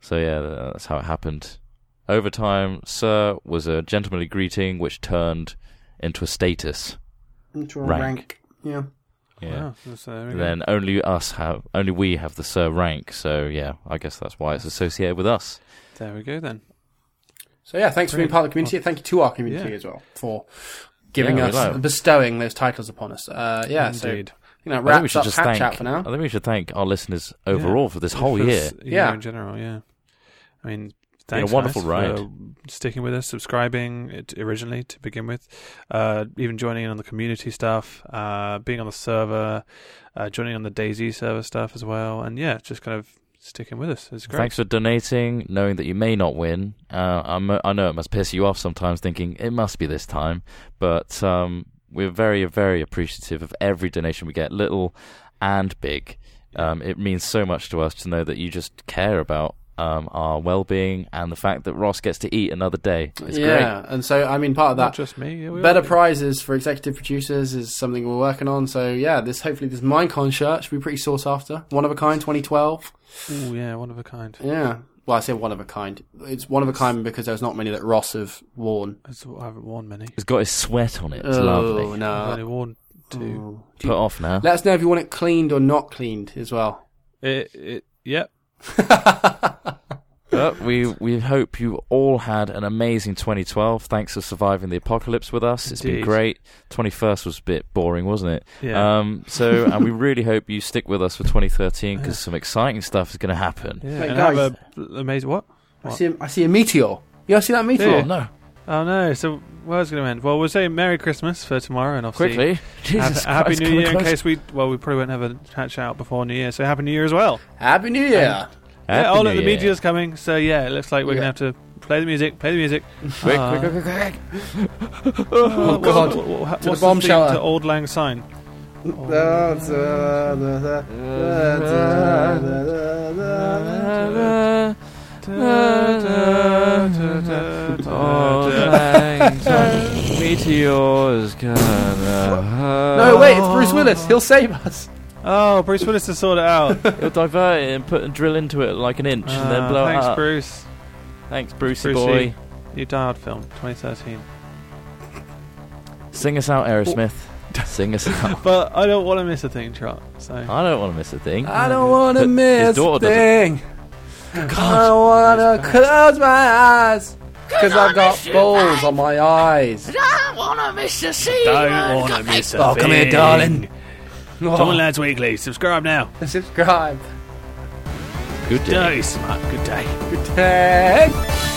B: So yeah, tha- that's how it happened. Over time, sir was a gentlemanly greeting, which turned into a status.
G: Into a
B: Rank.
G: rank. Yeah.
B: Yeah.
A: Wow, that's, uh, there we go.
B: Then only us have, only we have the sir rank. So yeah, I guess that's why it's associated with us.
A: There we go then.
C: So yeah, thanks for being part of the community. Thank you to our community
A: Yeah.
C: as well for giving
B: Yeah, we
C: us
B: love it.
C: bestowing those titles upon us. Uh, yeah, so
A: Indeed.
C: you know,
B: I think we
C: wraps
B: should
C: up
B: just
C: Hat
B: thank.
C: Chat for
B: I
C: now.
B: think we should thank our listeners overall for this whole
A: For
B: year.
A: s- yeah.
C: Yeah.
A: In general, yeah. I mean,
B: been a
A: thanks,
B: wonderful
A: guys, for sticking with us, subscribing it originally to begin with, uh, even joining in on the community stuff, uh, being on the server, uh, joining on the Daisy server stuff as well, and yeah, just kind of sticking with us. It's great.
B: Thanks for donating, knowing that you may not win. Uh, I'm, I know it must piss you off sometimes, thinking it must be this time, but um, we're very, very appreciative of every donation we get, little and big. Um, it means so much to us to know that you just care about um, our well-being and the fact that Ross gets to eat another day. It's
C: yeah, and so I mean, part of
A: Not
C: that
A: just me. yeah, we
C: Better
A: all do.
C: prizes for executive producers is something we're working on. So yeah, this hopefully this Minecon shirt should be pretty sought after. One of a kind, 2012.
A: Ooh, yeah, one of a kind.
C: Yeah. Well, I say one of a kind. It's one of a kind because there's not many that Ross have worn.
A: That's what- I haven't worn many.
B: It's got his sweat on it. It's
C: oh
B: lovely.
A: I've
C: no!
A: only worn two.
C: Oh.
B: Put off now.
C: Let us know if you want it cleaned or not cleaned as well.
A: It, it, yep.
B: But we we hope you all had an amazing 2012. Thanks for surviving the apocalypse with us. It's been
A: Indeed.
B: great. 21st was a bit boring, wasn't it?
A: Yeah.
B: Um, so, and we really hope you stick with us for 2013 because some exciting stuff is going to happen.
A: yeah.
G: Wait,
A: and
G: guys.
A: have a bl- amazing what?
C: I see, a, I see a meteor. You all see that meteor?
A: Yeah.
B: Oh no!
A: Oh no! So where's it going to end? Well, we'll say Merry Christmas for tomorrow, and obviously
B: Quickly,
A: Happy,
B: Jesus
A: Happy
B: Christ,
A: New
B: coming
A: Year in
B: close.
A: case we well we probably won't have a hatch out before New Year, so Happy New Year as well.
C: Happy New Year!
B: Happy
A: yeah, oh look,
B: New
A: the
B: Year.
A: meteor's coming, so yeah, it looks like we're
C: Yeah.
A: gonna have to play the music, play the music.
B: Quick,
A: Uh,
B: quick, quick, quick, quick.
C: Oh, God!
A: What, what, what's
C: the
A: the
C: bomb
A: theme
C: shelter.
A: to Old Lang Syne?
B: Oh, thanks. Meteor's gonna.
C: No, wait, it's Bruce Willis. He'll save us.
A: Oh, Bruce Willis to sort it out.
B: He'll divert it and put and drill into it like an inch, and then
A: Ah,
B: blow
A: thanks,
B: it up.
A: Bruce.
B: Thanks, Brucey
A: Brucey.
B: boy.
A: You dialed film 2013.
B: Sing us out, Aerosmith. Sing us out.
A: But I don't want to miss a thing, Trot. So
B: I don't want to miss a thing.
C: I
F: Mm-hmm.
C: don't want to
B: His
C: miss a
B: daughter does it.
C: thing. I don't want to close my eyes. Because I've got balls on my eyes.
F: Don't wanna miss a scene. Don't wanna miss
C: Oh, come here, darling. Oh,
A: Lads Weekly, subscribe now.
C: subscribe.
B: Good day.
A: smart. Good day.
C: Good day.